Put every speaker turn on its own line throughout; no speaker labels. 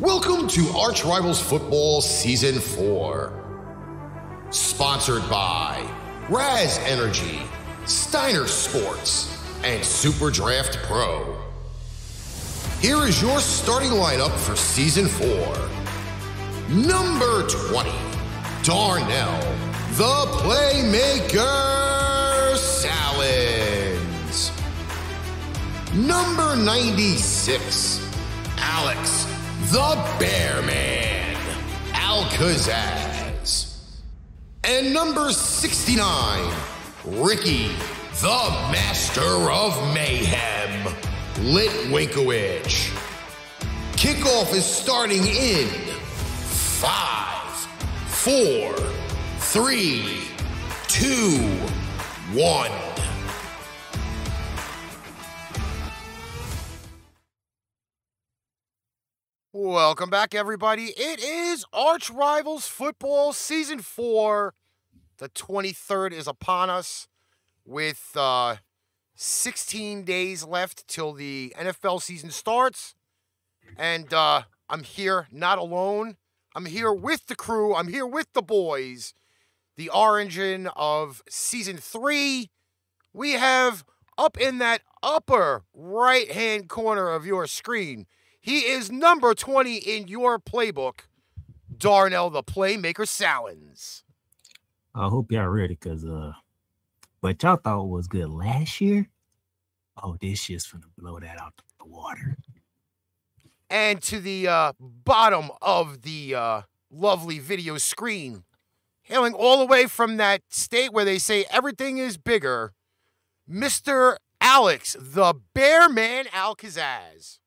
Welcome to Arch Rivals Football Season 4. Sponsored by Raz Energy, Steiner Sports, and Superdraft Pro. Here is your starting lineup for Season 4. Number 20, Darnell, the Playmaker Salins. Number 96, Alex the Bear Man, Alcazaz. And number 69, Ricky, the Master of Mayhem, Lit Winkowicz. Kickoff is starting in five, four, three, two, one.
Welcome back, everybody. It is Arch Rivals Football Season 4. The 23rd is upon us with uh, 16 days left till the NFL season starts. And uh, I'm here not alone. I'm here with the crew. I'm here with the boys. The R engine of Season 3. We have up in that upper right hand corner of your screen. He is number 20 in your playbook, Darnell the Playmaker Salins.
I hope y'all ready, cause uh, what y'all thought was good last year, oh, this shit's gonna blow that out the water.
And to the uh, bottom of the uh, lovely video screen, hailing all the way from that state where they say everything is bigger, Mr. Alex, the Bear Man Alcazaz.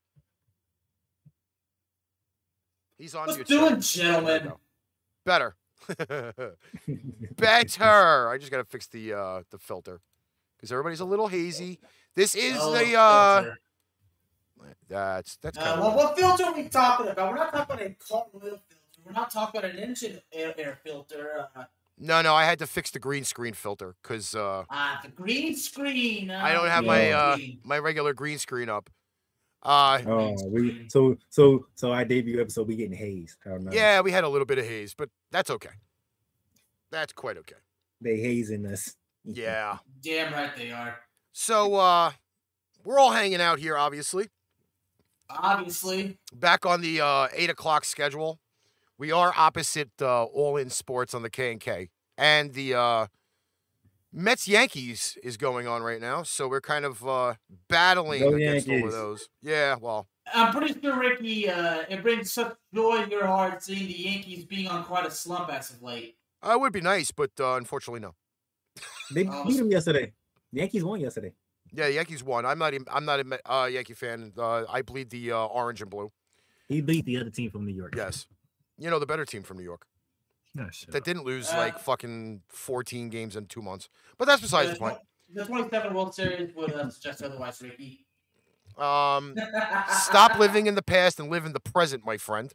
He's on
Let's
mute,
do
sir.
it, gentlemen.
Better. Better. I just gotta fix the uh the filter. Because everybody's a little hazy. This is
Oh,
the uh
filter.
that's that's kind
Uh,
of
well, what filter are we talking about? We're not talking about a car oil filter. We're not talking about an engine air, air filter. Uh,
No, no, I had to fix the green screen filter because uh
ah, the green screen. Uh,
I don't have my,
green
uh,
screen.
my regular green screen up. Uh
Oh, we so so so our debut episode we getting hazed. I don't know.
yeah, we had a little bit of haze, but that's okay. That's quite okay.
they hazing us.
Yeah.
Damn right they are.
So uh we're all hanging out here, obviously.
Obviously,
Back on the uh eight o'clock schedule. We are opposite uh all in sports on the K and K. And the uh Mets Yankees is going on right now, so we're kind of uh battling
Go
against all of
Yankees.
those. Yeah, well,
I'm pretty sure Ricky. Uh, it brings such joy in your heart seeing the Yankees being on quite a slump as of late.
uh, it would be nice, but uh unfortunately no.
They
Oh,
beat them yesterday. The Yankees won yesterday.
Yeah, Yankees won. I'm not. even- I'm not a Me- uh, Yankee fan. Uh, I bleed the uh, orange and blue.
He beat the other team from New York.
Yes, you know the better team from New York
No, shut
that
up.
didn't lose
Uh,
like fucking 14 games in two months. But that's besides the
the,
point.
tw- the 27 World Series would uh, suggest otherwise, Ricky.
Um, stop living in the past and live in the present, my friend.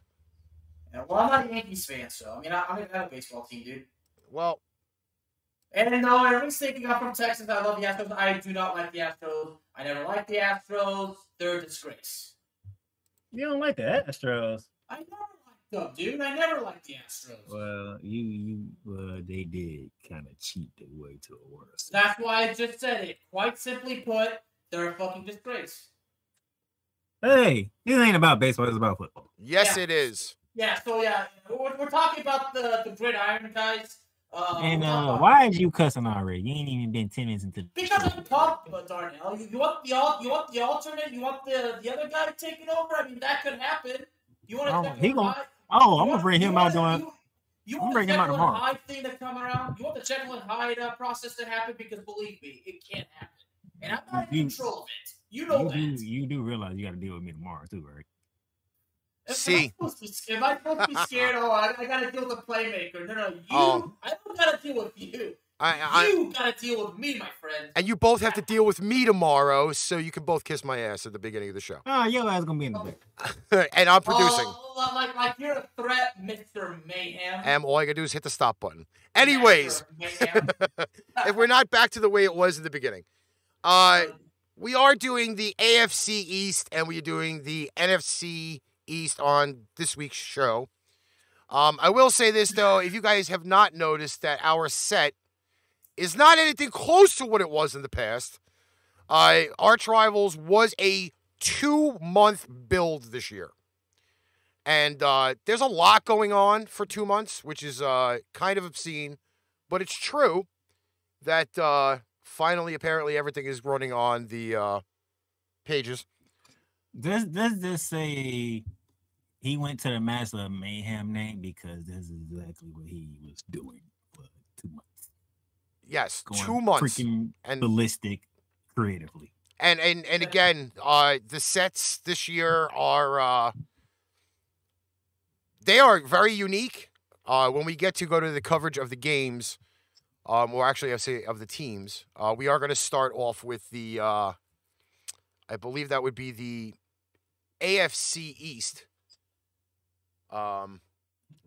Yeah, Well, I'm not a Yankees fan, so I mean, I, I mean, I have a baseball team, dude.
Well,
And no, uh, every thinking I'm from Texas. I love the Astros. I do not like the Astros. I never liked the Astros. They're a disgrace.
You don't like the Astros.
I never liked them, dude. I never liked the Astros.
Well, you you uh, they did kind of cheat their way to a World Series.
That's why I just said it. Quite simply put, they're a fucking disgrace.
Hey, this ain't about baseball. It's about football.
yes,
Yeah.
it is.
Yeah. So yeah, we're, we're talking about the the gridiron guys. Uh,
And
we're
uh,
talking-
why is you cussing already? You ain't even been ten minutes into. the
Because
show.
I'm pumped, but Darnell, you, you want the al- you want the alternate, you want the the other guy taking over. I mean, that could happen. You want
Oh,
a
he
second
gon-
guy-
Oh,
you
I'm
want-
gonna bring
you
him
want
out
the-
doing.
You, you
I'm
want
bringing
the
him out
Jekyll and
tomorrow.
Hyde thing to come around. You want the Jekyll and Hyde uh, process to happen because believe me, it can't happen. And I'm not in
You-
control of it. You know
You
that.
do, you do realize you got to deal with me tomorrow too, right?
Am-
See.
Am I supposed to be scared? Am I supposed to be scared? Oh, I, I gotta deal with the playmaker. No, no, you.
Um,
I don't gotta deal with you.
I, I,
you gotta deal with me, my friend.
and you both have to deal with me tomorrow, so you can both kiss my ass at the beginning of the show.
Oh, your ass gonna be in the back.
and I'm producing,
Oh, li- like, like you're a threat, Mister Mayhem.
and all I gotta do is hit the stop button. Anyways,
Mr. Mayhem.
if we're not back to the way it was in the beginning. Uh, we are doing the AFC East and we're doing the NFC East on this week's show. Um, I will say this though, if you guys have not noticed that our set is not anything close to what it was in the past. Uh, Arch Rivals was a two month build this year. And uh, there's a lot going on for two months, which is uh, kind of obscene, but it's true that uh, finally, apparently, everything is running on the uh, pages.
Does does this say he went to the master of mayhem name because this is exactly what he was doing for two months,
Yes,
going
two months.
freaking
And
ballistic creatively.
And and and again, uh, the sets this year are uh, they are very unique. Uh, when we get to go to the coverage of the games, um, or actually, I say of the teams, uh, we are going to start off with the, uh, I believe that would be the AFC East. Um,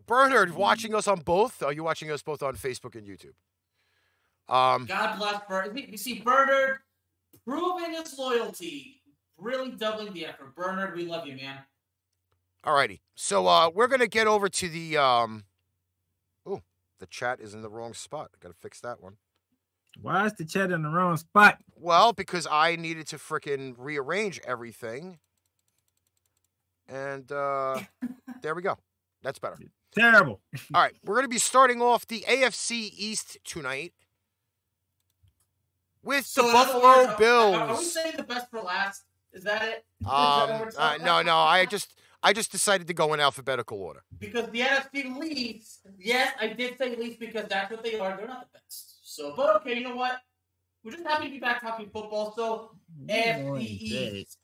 Bernard, watching us on both. Are you watching us both on Facebook and YouTube? Um,
God bless Bernard. We we see Bernard proving his loyalty, really doubling the effort. Bernard, we love you, man.
Alrighty. So uh, we're gonna get over to the um Oh, the chat is in the wrong spot. gotta fix that one.
Why is the chat in the wrong spot?
Well, because I needed to frickin' rearrange everything. And uh there we go. That's better.
Terrible.
All right, we're going to be starting off the AFC East tonight with the
in other words,
Buffalo
are- Are, are we
Bills.
saying the best for last? Is that it?
Um,
what we're
uh,
talking
no,
about?
no, I just I just decided to go in alphabetical order.
Because the NFC leads, yes, I did say leads because that's what they are. They're not the best. So, but okay, you know what? We're just happy to be back talking football. So, NFC East.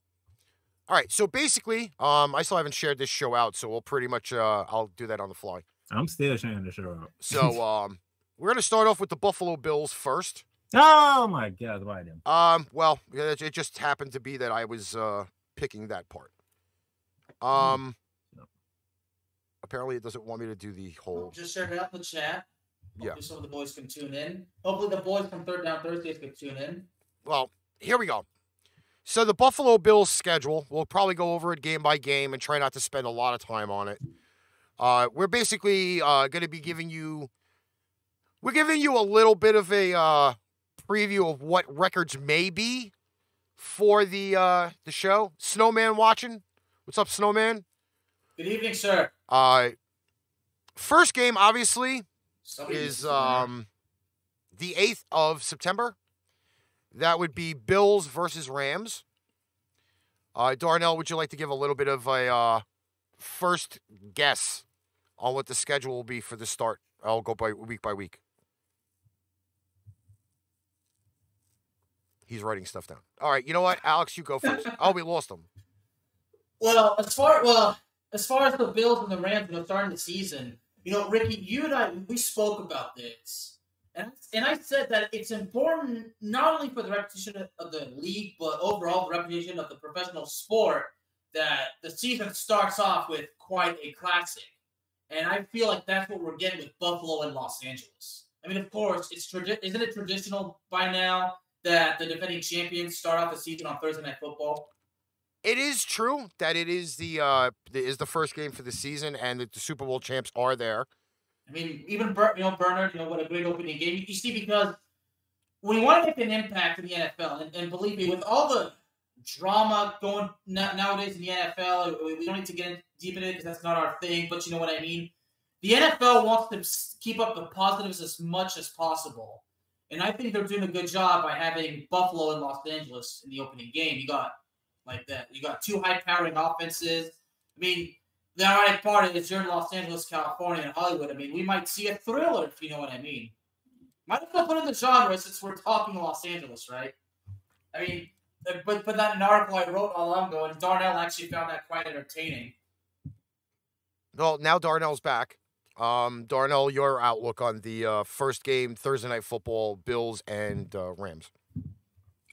All right, so basically, um, I still haven't shared this show out, so we'll pretty much uh, I'll do that on the fly.
I'm still trying to show up.
So um, we're gonna start off with the Buffalo Bills first.
oh my god, why them?
Um, well, it it just happened to be that I was uh, picking that part. Um,
Yep.
apparently it doesn't want me to do the whole.
Just share it out in the chat.
Yeah.
Hopefully some of the boys can tune in. Hopefully the boys from Third Down Thursdays can tune in.
Well, here we go. So the Buffalo Bills schedule, we'll probably go over it game by game and try not to spend a lot of time on it. Uh, we're basically uh, going to be giving you, we're giving you a little bit of a uh, preview of what records may be for the uh, the show. Snowman watching, what's up, Snowman?
Good evening, sir.
Uh, first game, obviously,
Somebody needs
is
to tune in.
um the 8th of September. That would be Bills versus Rams. Uh, Darnell, would you like to give a little bit of a uh, first guess on what the schedule will be for the start? I'll go by week by week. He's writing stuff down. All right, you know what, Alex, you go first. oh, we lost him.
Well, as far well as far as the Bills and the Rams, you know, starting the season, you know, Ricky, you and I we spoke about this, and and I said that it's important not only for the reputation of- of the league, but overall the reputation of the professional sport that the season starts off with quite a classic, and I feel like that's what we're getting with Buffalo and Los Angeles. I mean, of course, it's tradi- isn't it traditional by now that the defending champions start off the season on Thursday Night Football?
It is true that it is the uh, is the first game for the season, and that the Super Bowl champs are there.
I mean, even Ber- you know Bernard, you know what a great opening game. You see, because we want to make an impact in the NFL, and, and believe me, with all the drama going na- nowadays in the NFL, we, we don't need to get in- deep in it because that's not our thing. But you know what I mean. The NFL wants to s- keep up the positives as much as possible, and I think they're doing a good job by having Buffalo and Los Angeles in the opening game. You got like that. You got two high-powering offenses. I mean, the ironic part is you're in Los Angeles, California, and Hollywood. I mean, we might see a thriller if you know what I mean. Might as well put in the genre since we're talking Los Angeles, right? I mean, uh, but but that an article I wrote all long ago, and Darnell actually found that quite entertaining.
Well, now Darnell's back. Um, Darnell, your outlook on the uh, first game Thursday night football, Bills and uh, Rams.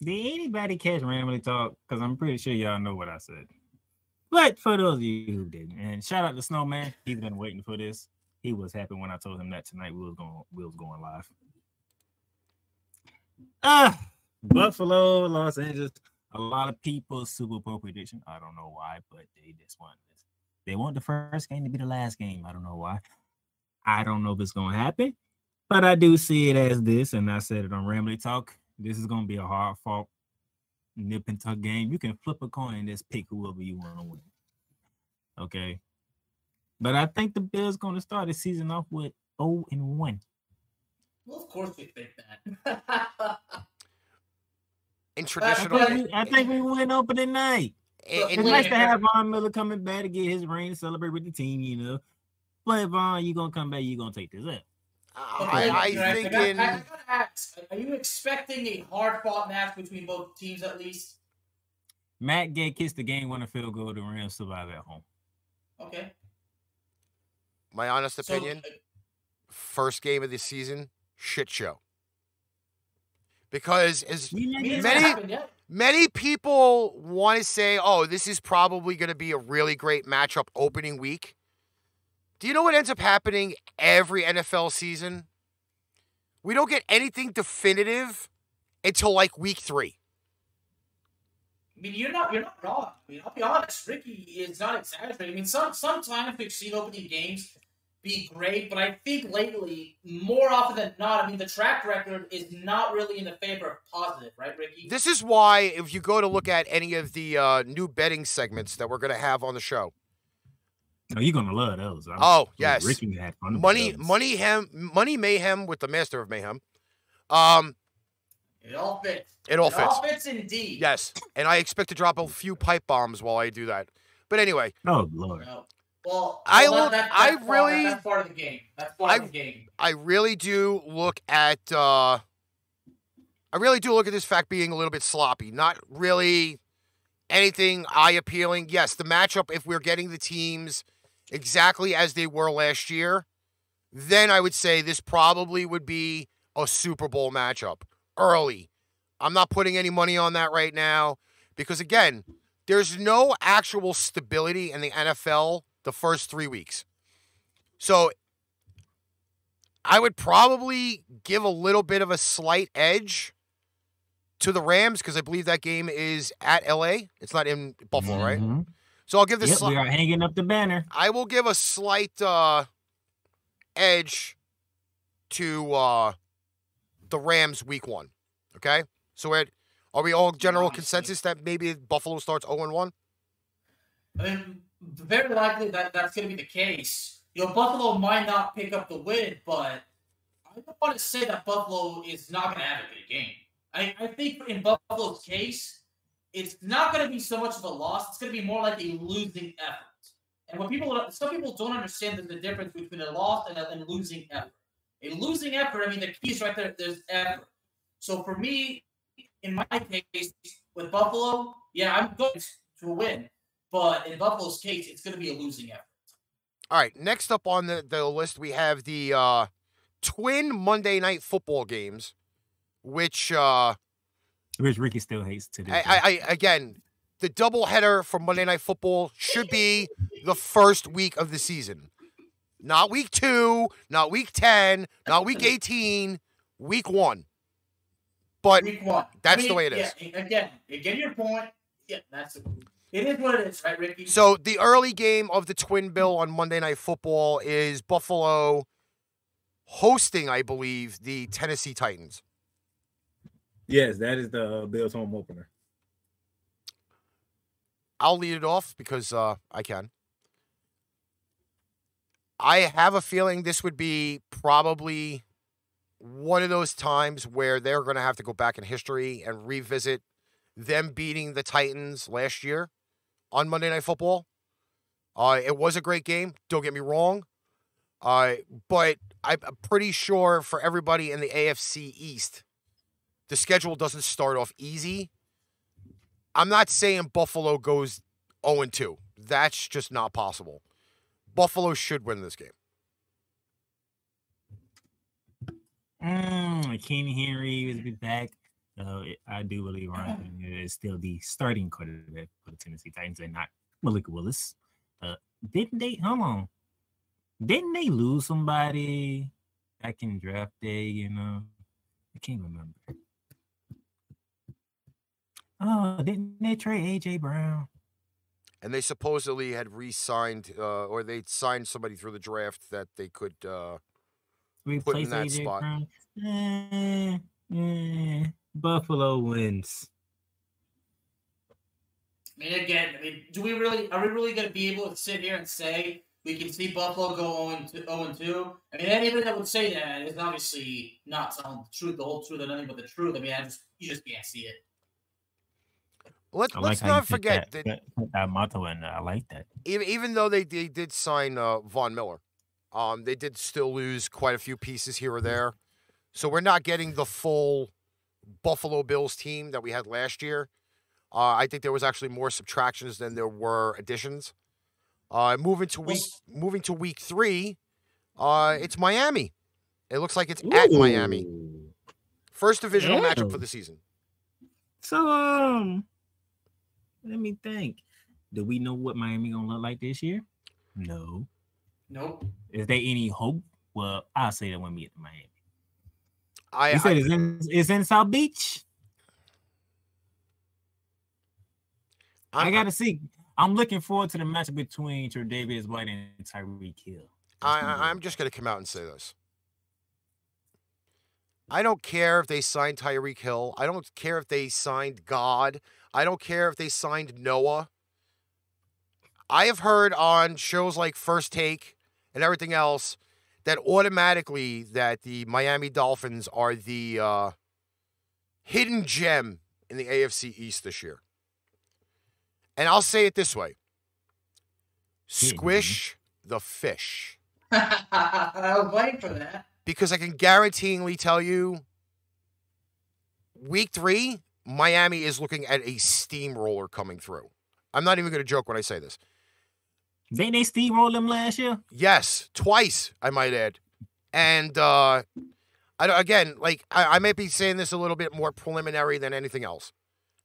Did anybody catch Rambly Talk? Because I'm pretty sure y'all know what I said. But for those of you who didn't, and shout out to Snowman, he's been waiting for this. He was happy when I told him that tonight we was going we was going live. Ah, Buffalo, Los Angeles. A lot of people's Super Bowl prediction. I don't know why, but they just want this. They want the first game to be the last game. I don't know why. I don't know if it's gonna happen, but I do see it as this, and I said it on Rambly Talk. This is gonna be a hard fought nip and tuck game. You can flip a coin and just pick whoever you want to win. Okay. But I think the Bills gonna start the season off with 0 and 1.
Well, of course they think that.
In
I
That's
traditional,
what
think, we, I think we win opening night.
in- in-
It's
Yeah.
nice to have Von Miller coming back to get his ring, celebrate with the team, you know. But Von, you gonna come back, you gonna take this up.
I, I
Alright,
think
I, I,
in
gotta ask, are you expecting a hard fought match between both teams at least?
Matt Gay kissed the game winner field goal. The Rams survive at home.
Okay.
my honest
So,
opinion,
uh,
first game of the season, shit show. Because as
I mean, it's
Many-
not happened yet.
many people want to say, oh, this is probably going to be a really great matchup opening week. Do you know what ends up happening every NFL season? We don't get anything definitive until like week three.
I mean, you're not you're not wrong. I mean, I'll be honest, Ricky is not exaggerating. I mean, some sometimes we've seen opening games be great, but I think lately, more often than not, I mean, the track record is not really in the favor of positive, right, Ricky?
This is why, if you go to look at any of the uh, new betting segments that we're going to have on the show,
No, you're Oh, gonna love those. I'm
Oh,
sure
yes.
Ricky had fun. with
money,
those.
money, hem, money mayhem with the master of mayhem. Um,
it all fits.
it all
It all
fits.
fits indeed.
Yes, and I expect to drop a few pipe bombs while I do that. But anyway,
Oh Lord,
No. Well,
I
well,
will-
that- that's
I
part of-
really-
that's part of the game. That's part
I-
of the game.
I really do look at uh I really do look at this fact being a little bit sloppy. Not really anything eye appealing. Yes, the matchup if we're getting the teams exactly as they were last year, then I would say this probably would be a Super Bowl matchup early. I'm not putting any money on that right now because again, there's no actual stability in the NFL the first 3 weeks. So I would probably give a little bit of a slight edge to the Rams because I believe that game is at LA. It's not in Buffalo, right?
Mhm.
So I'll give this.
Yep,
sli-
we are hanging up the banner.
I will give a slight uh, edge to uh, the Rams week one. Okay, so it, are we all general
Honestly.
consensus that maybe Buffalo starts zero and one?
I mean, very likely that that's going to be the case. You know, Buffalo might not pick up the win, but I don't want to say that Buffalo is not going to have a good game. I, I think in Buffalo's case, it's not going to be so much of a loss. It's going to be more like a losing effort. And what people, some people don't understand the, the difference between a loss and a and losing effort. A losing effort, I mean, the key is right there. There's effort. So for me, in my case, with Buffalo, yeah, I'm going to a win. But in Buffalo's case, it's going to be a losing effort.
All right. Next up on the, the list, we have the uh, twin Monday night football games, which uh,
Which Ricky still hates today.
I, I, I again, the doubleheader for Monday Night Football should be the first week of the season, not week two, not week ten, not week eighteen, week one. But
Week one.
that's the way it
yeah, Again, again, your point. Yeah, that's it is what it is, right, Ricky?
so the early game of the twin bill on Monday Night Football is Buffalo hosting, I believe, the Tennessee Titans.
yes, that is the uh, Bills home opener.
I'll lead it off because uh, I can. I have a feeling this would be probably one of those times where they're going to have to go back in history and revisit them beating the Titans last year on Monday Night Football. Uh, it was a great game. Don't get me wrong. Uh, but I'm I'm pretty sure for everybody in the AFC East, the schedule doesn't start off easy. I'm not saying Buffalo goes 0 2. That's just not possible. Buffalo should win this game.
Mm, Kenny Henry is be back. So it- I do believe
Uh-huh.
Ryan Tannehill is still the starting quarterback for the Tennessee Titans and not Malika Willis. Uh, didn't they? Hold on. Didn't they lose somebody back in draft day? You know, I can't remember. Oh, didn't they trade AJ Brown?
and they supposedly had re-signed uh, or they signed somebody through the draft that they could. Uh,
Replace
that
AJ
spot.
Brown. Eh, eh, Buffalo wins.
I mean, again, I mean, do we really are we really going to be able to sit here and say we can see Buffalo go 0 and 2? I mean, anybody that would say that is obviously not telling the truth, the whole truth, and nothing but the truth. I mean, I just you just can't see it.
let,
I
let's
how you
not
put
forget that,
that, that, put that motto in there. I like that.
even, e-, even though they, they did sign uh, Von Miller, um, they did still lose quite a few pieces here
Mm-hmm.
or there. So we're not getting the full Buffalo Bills team that we had last year. Uh, I think there was actually more subtractions than there were additions. Uh, moving to week moving to week three, uh, it's Miami. It looks like it's at Miami.
Ooh.
First divisional matchup for
Damn.
the season.
So um, let me think. Do we know what Miami gonna look like this year? No.
Nope.
Is there any hope? Well, I'll say that when we get to Miami.
I,
You
I
said it's in it's in South Beach.
I'm-
I gotta see. I'm looking forward to the match between Tre'Davious White and Tyreek Hill.
I, I- I'm just going to come out and say this. I don't care if they signed Tyreek Hill. I don't care if they signed God. I don't care if they signed Noah. I have heard on shows like First Take and everything else that automatically that the Miami Dolphins are the uh, hidden gem in the AFC East this year. And I'll say it this way.
Hidden gem.
Squish the fish
I was waiting for that.
because I can guaranteeingly tell you week three, Miami is looking at a steamroller coming through. I'm not even going to joke when I say this.
Didn't they steamroll them last year?
Yes, twice, I might add. And uh, I, don't- again, like I, I might be saying this a little bit more preliminary than anything else.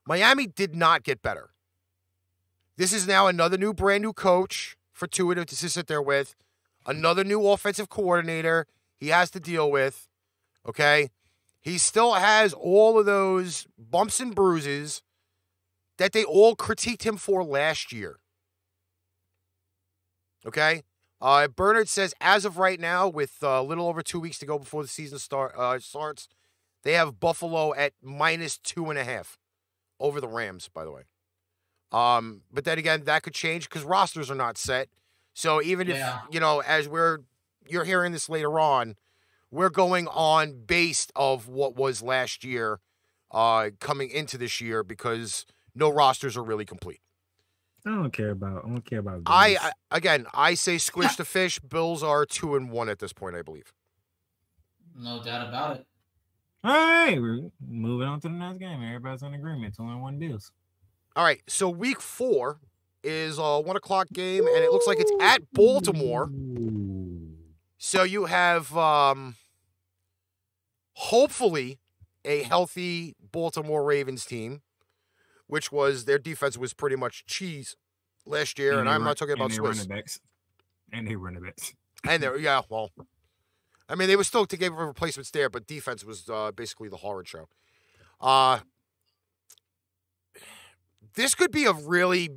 Miami did not get better. This is now another new, brand new coach for Tua to, to sit there with, another new offensive coordinator he has to deal with. Okay. He still has all of those bumps and bruises that they all critiqued him for last year. Okay. Uh, Bernard says, as of right now, with uh, a little over two weeks to go before the season start uh, starts, they have Buffalo at minus two and a half over the Rams. By the way, um, but then again, that could change because rosters are not set. So even if
Yeah.
you know, as we're you're hearing this later on, we're going on based of what was last year, uh, coming into this year because no rosters are really complete.
I don't care about. I don't care about.
I,
Vegas.
I again, I say squish the fish. Bills are two and one at this point, I believe.
No doubt about it.
All right, we're moving on to the next game. Everybody's in agreement. Two and one Bills.
All right, so week four is a one o'clock game, and it looks like it's at Baltimore.
Ooh.
So you have, um, hopefully, a healthy Baltimore Ravens team, which was their defense was pretty much cheese last year, and,
they
I'm
run-
not talking about
and they
Swiss.
Running backs. And they running backs.
And there, yeah, well, I mean, they were still to give replacements there, but defense was uh, basically the horror show. Uh, this could be a really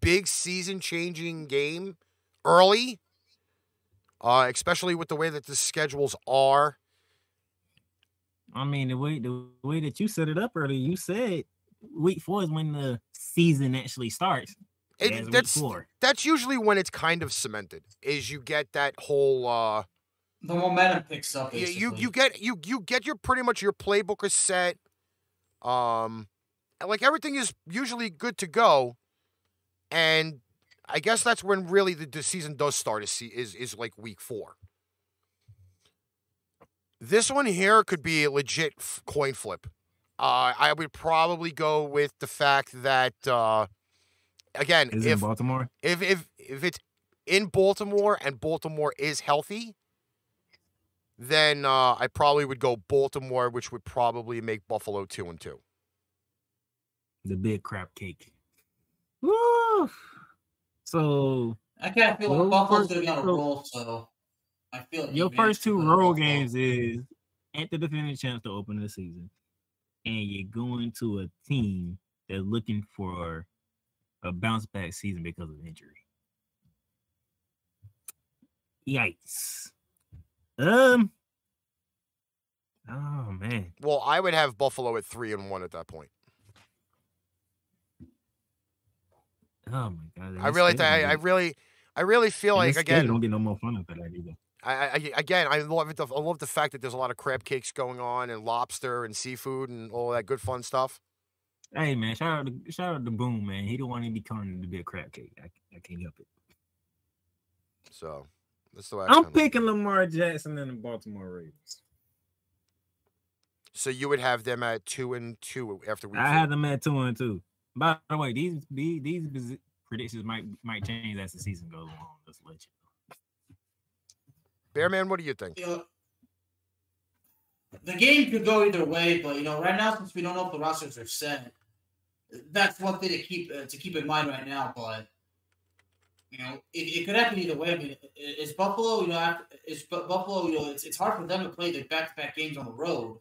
big season-changing game early, uh, especially with the way that the schedules are.
I mean, the way the way that you set it up earlier, you said week four is when the season actually starts.
It-
As week
that's
four.
that's usually when it's kind of cemented. Is you get that whole uh,
The momentum picks up.
you, you
basically.
you get you you get your pretty much your playbook is set. Um, and, like everything is usually good to go, and I guess that's when really the, the season does start. Is se- is is like week four. This one here could be a legit f- coin flip. Uh, I would probably go with the fact that uh, again,
Is
if
in Baltimore.
if if if it's in Baltimore and Baltimore is healthy, then uh, I probably would go Baltimore, which would probably make Buffalo two and two.
The big crap cake. Woo! So
I kind of feel
Well,
like Buffalo's
first-
going to be on a
so-
roll, so I feel like
your
advantage
first two
for
road
Buffalo.
games is at the defending chance to open the season, and you're going to a team that's looking for a bounce back season because of injury. Yikes. Um. Oh man.
Well, I would have Buffalo at three and one at that point.
Oh my god.
I really, think I, I really, I really feel like again,
don't get no more fun after that either.
I, I I- again, I love it. I love the fact that there's a lot of crab cakes going on and lobster and seafood and all that good fun stuff.
Hey man, shout out to shout out to Boom man. He don't want to be calling it to be a crap cake. I, I can't help it.
So that's the way I
I'm
kinda-
picking Lamar Jackson and the Baltimore Ravens.
So you would have them at two and two after week.
I
four.
had them at two and two. By the way, these these, these posi- predictions might might change as the season goes along. Just let you.
Bearman, what do you think?
You know, the game could go either way, but you know, right now since we don't know if the rosters are set, that's one thing to keep uh, to keep in mind right now. But you know, it, it could happen either way. I mean, i- is Buffalo? You know, after, is Bu- Buffalo? You know, it's, it's hard for them to play their back-to-back games on the road,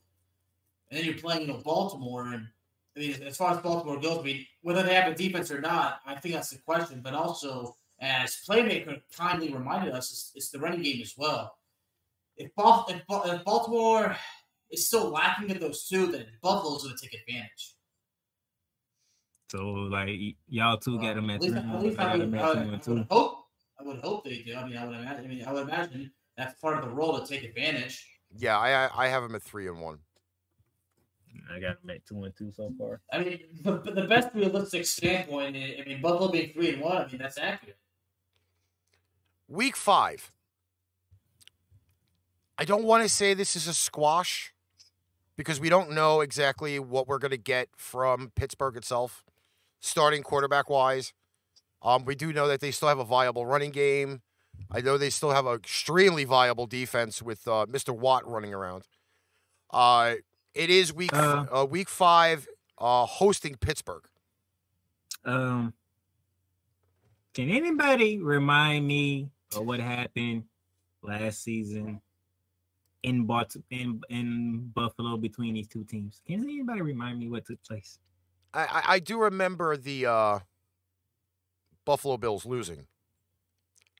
and then you're playing you know Baltimore. And I mean, as- as far as Baltimore goes, I mean, whether they have a defense or not, I think that's the question. But also, as playmaker kindly reminded us, it's, it's the running game as well if, Bal- if, Bal- if Baltimore is still lacking at those two, then Buffalo's going to take advantage.
So like y- y'all two got them
Um,
at
at
three.
least, at
and
least
one, I
I,
got them
would,
at
I,
two
would,
and
I would
two.
hope. I would hope they do. I mean, I would imagine. I mean, I would imagine that's part of the role to take advantage.
Yeah, I I- I have them at three and one.
I got them at two and two so far.
I mean, the, the best realistic standpoint. I I mean, Buffalo being three and one. I mean, that's accurate.
Week five. I don't want to say this is a squash because we don't know exactly what we're going to get from Pittsburgh itself, starting quarterback wise. Um, we do know that they still have a viable running game. I know they still have an extremely viable defense with uh, Mr. Watt running around. Uh, it is week f- uh, week five, uh, hosting Pittsburgh.
Um, can anybody remind me of what happened last season in Bart- in in Buffalo between these two teams? Can anybody remind me what took place?
I, I, I do remember the uh, Buffalo Bills losing.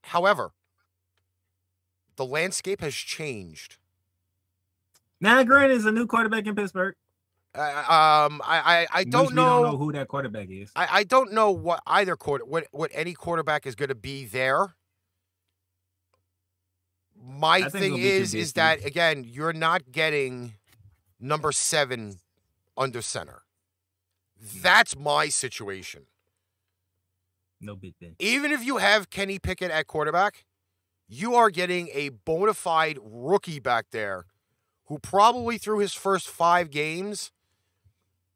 However, the landscape has changed.
Now, Grant is a new quarterback in Pittsburgh.
I, um, I, I, I
Which
don't
we
know.
don't know who that quarterback is.
I, I don't know what either quarter what what any quarterback is going to be there. My
I think
thing
it'll be
is is
Trubisky.
that again you're not getting number seven under center. That's my situation.
no big thing.
even if you have Kenny Pickett at quarterback, you are getting a bona fide rookie back there who probably through his first five games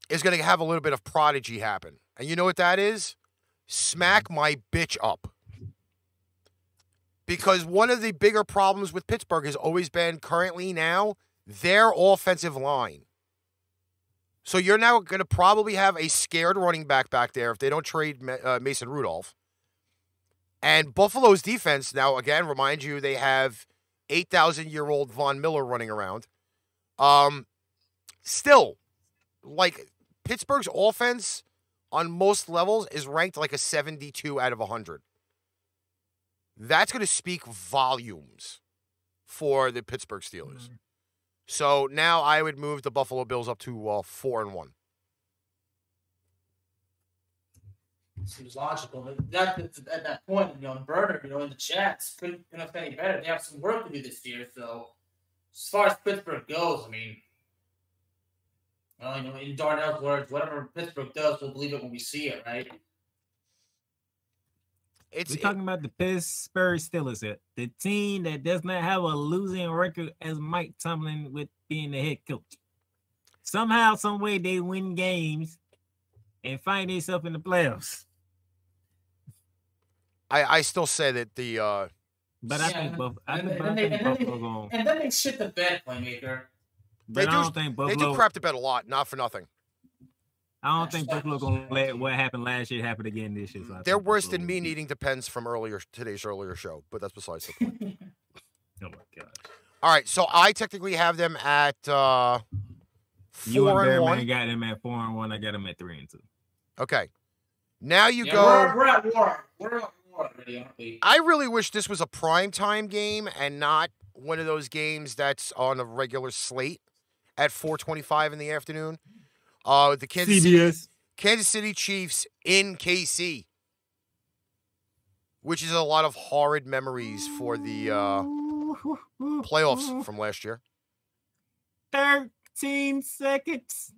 is going to have a little bit of prodigy happen. And you know what that is? Smack my bitch up. Because one of the bigger problems with Pittsburgh has always been currently now their offensive line. So you're now going to probably have a scared running back back there if they don't trade Ma- uh, Mason Rudolph. And Buffalo's defense now again remind you they have eight thousand year old Von Miller running around. Um, still, like Pittsburgh's offense on most levels is ranked like a seventy two out of hundred. That's going to speak volumes for the Pittsburgh Steelers.
Mm.
So now I would move the Buffalo Bills up to uh, four and one.
Seems logical. But that, that- at that point, you know, and Bernard, you know, in the chats couldn't couldn't have said any better. They have some work to do this year. So, as far as Pittsburgh goes, I mean, well, you know, in Darnell's words, whatever Pittsburgh does, we'll believe it when we see it, right?
It's
We're talking about the Pittsburgh Steelers, here, the team that does not have a losing record as Mike Tomlin with being the head coach. Somehow, some way, they win games and find themselves in the playoffs.
I, I still say that the uh,
But I think
Yeah,
Buff- I
and
think,
then-
but I think
and then they- and then
Buffalo going.
And then they shit the bed, playmaker.
But
do-
I don't think
they do
Buffalo.
crap the bed a lot, not for nothing.
I don't think Buffalo gonna let what happened last year happen again this year. so I
They're
think
worse
Buffalo
than me
will be-
needing depends from earlier today's earlier show, but that's besides the point.
Oh my god!
All right, so I technically have them at uh,
You and
four and
Bearman
one.
got him at four and one. I got him at three and two.
Okay, Now you
Yeah,
go.
We're, we're at war. We're at war already, aren't we?
I really wish this was a prime time game and not one of those games that's on a regular slate at 4:25 in the afternoon. Uh, the Kansas City,
CBS.
Kansas City Chiefs in KC, which is a lot of horrid memories for the uh, playoffs from last year.
13 seconds.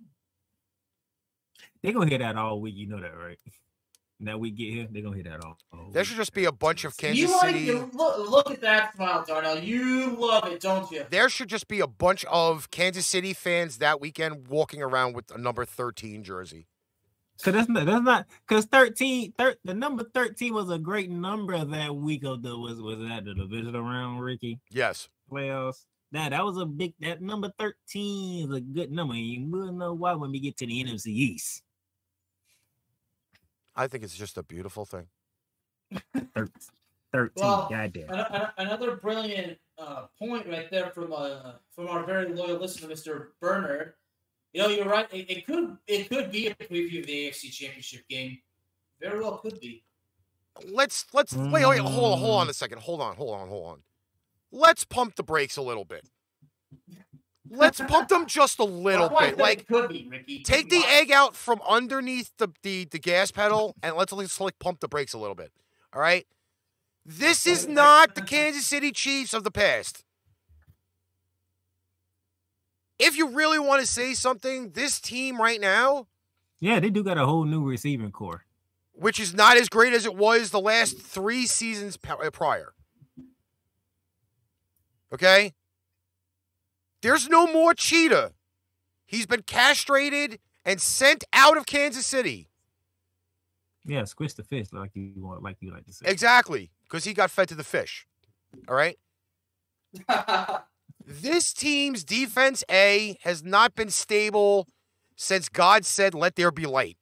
They're going to hear that all week. You know that, right? Now we get here, they're going to hear that all. all
There should
week.
just be a bunch of Kansas
you like
City.
you look, look at that smile, Darnell. You love it, don't you?
There should just be a bunch of Kansas City fans that weekend walking around with a number 13 jersey.
Cause that's not that's not cause 13 thir- the number 13 was a great number that week of the was was that the divisional round, Ricky?
Yes.
playoffs. That that was a big that number 13 is a good number. and You will know why when we get to the NFC East.
I think it's just a beautiful thing.
Thir- 13,
Well,
goddamn.
Ano- ano- Another brilliant uh, point right there from uh, from our very loyal listener, Mr. Bernard. You know, you're right. It, it could it could be a preview of the AFC Championship game. Very well could be.
let's let's wait, wait, hold on, hold on a second. Hold on, hold on, hold on. Let's pump the brakes a little bit. Let's pump them just a little
That's why I
bit.
said
Like
it could be Ricky.
take the
Come on.
egg out from underneath the the, the gas pedal and let's let's like pump the brakes a little bit. All right? This is not the Kansas City Chiefs of the past. If you really want to say something, this team right now,
Yeah, they do got a whole new receiving core.
which is not as great as it was the last three seasons p- uh, prior. Okay? There's no more cheetah. He's been castrated and sent out of Kansas City.
Yeah, squish the fish like you want, like you like to say.
Exactly. Because he got fed to the fish. All right? This team's defense A has not been stable since God said, "Let there be light."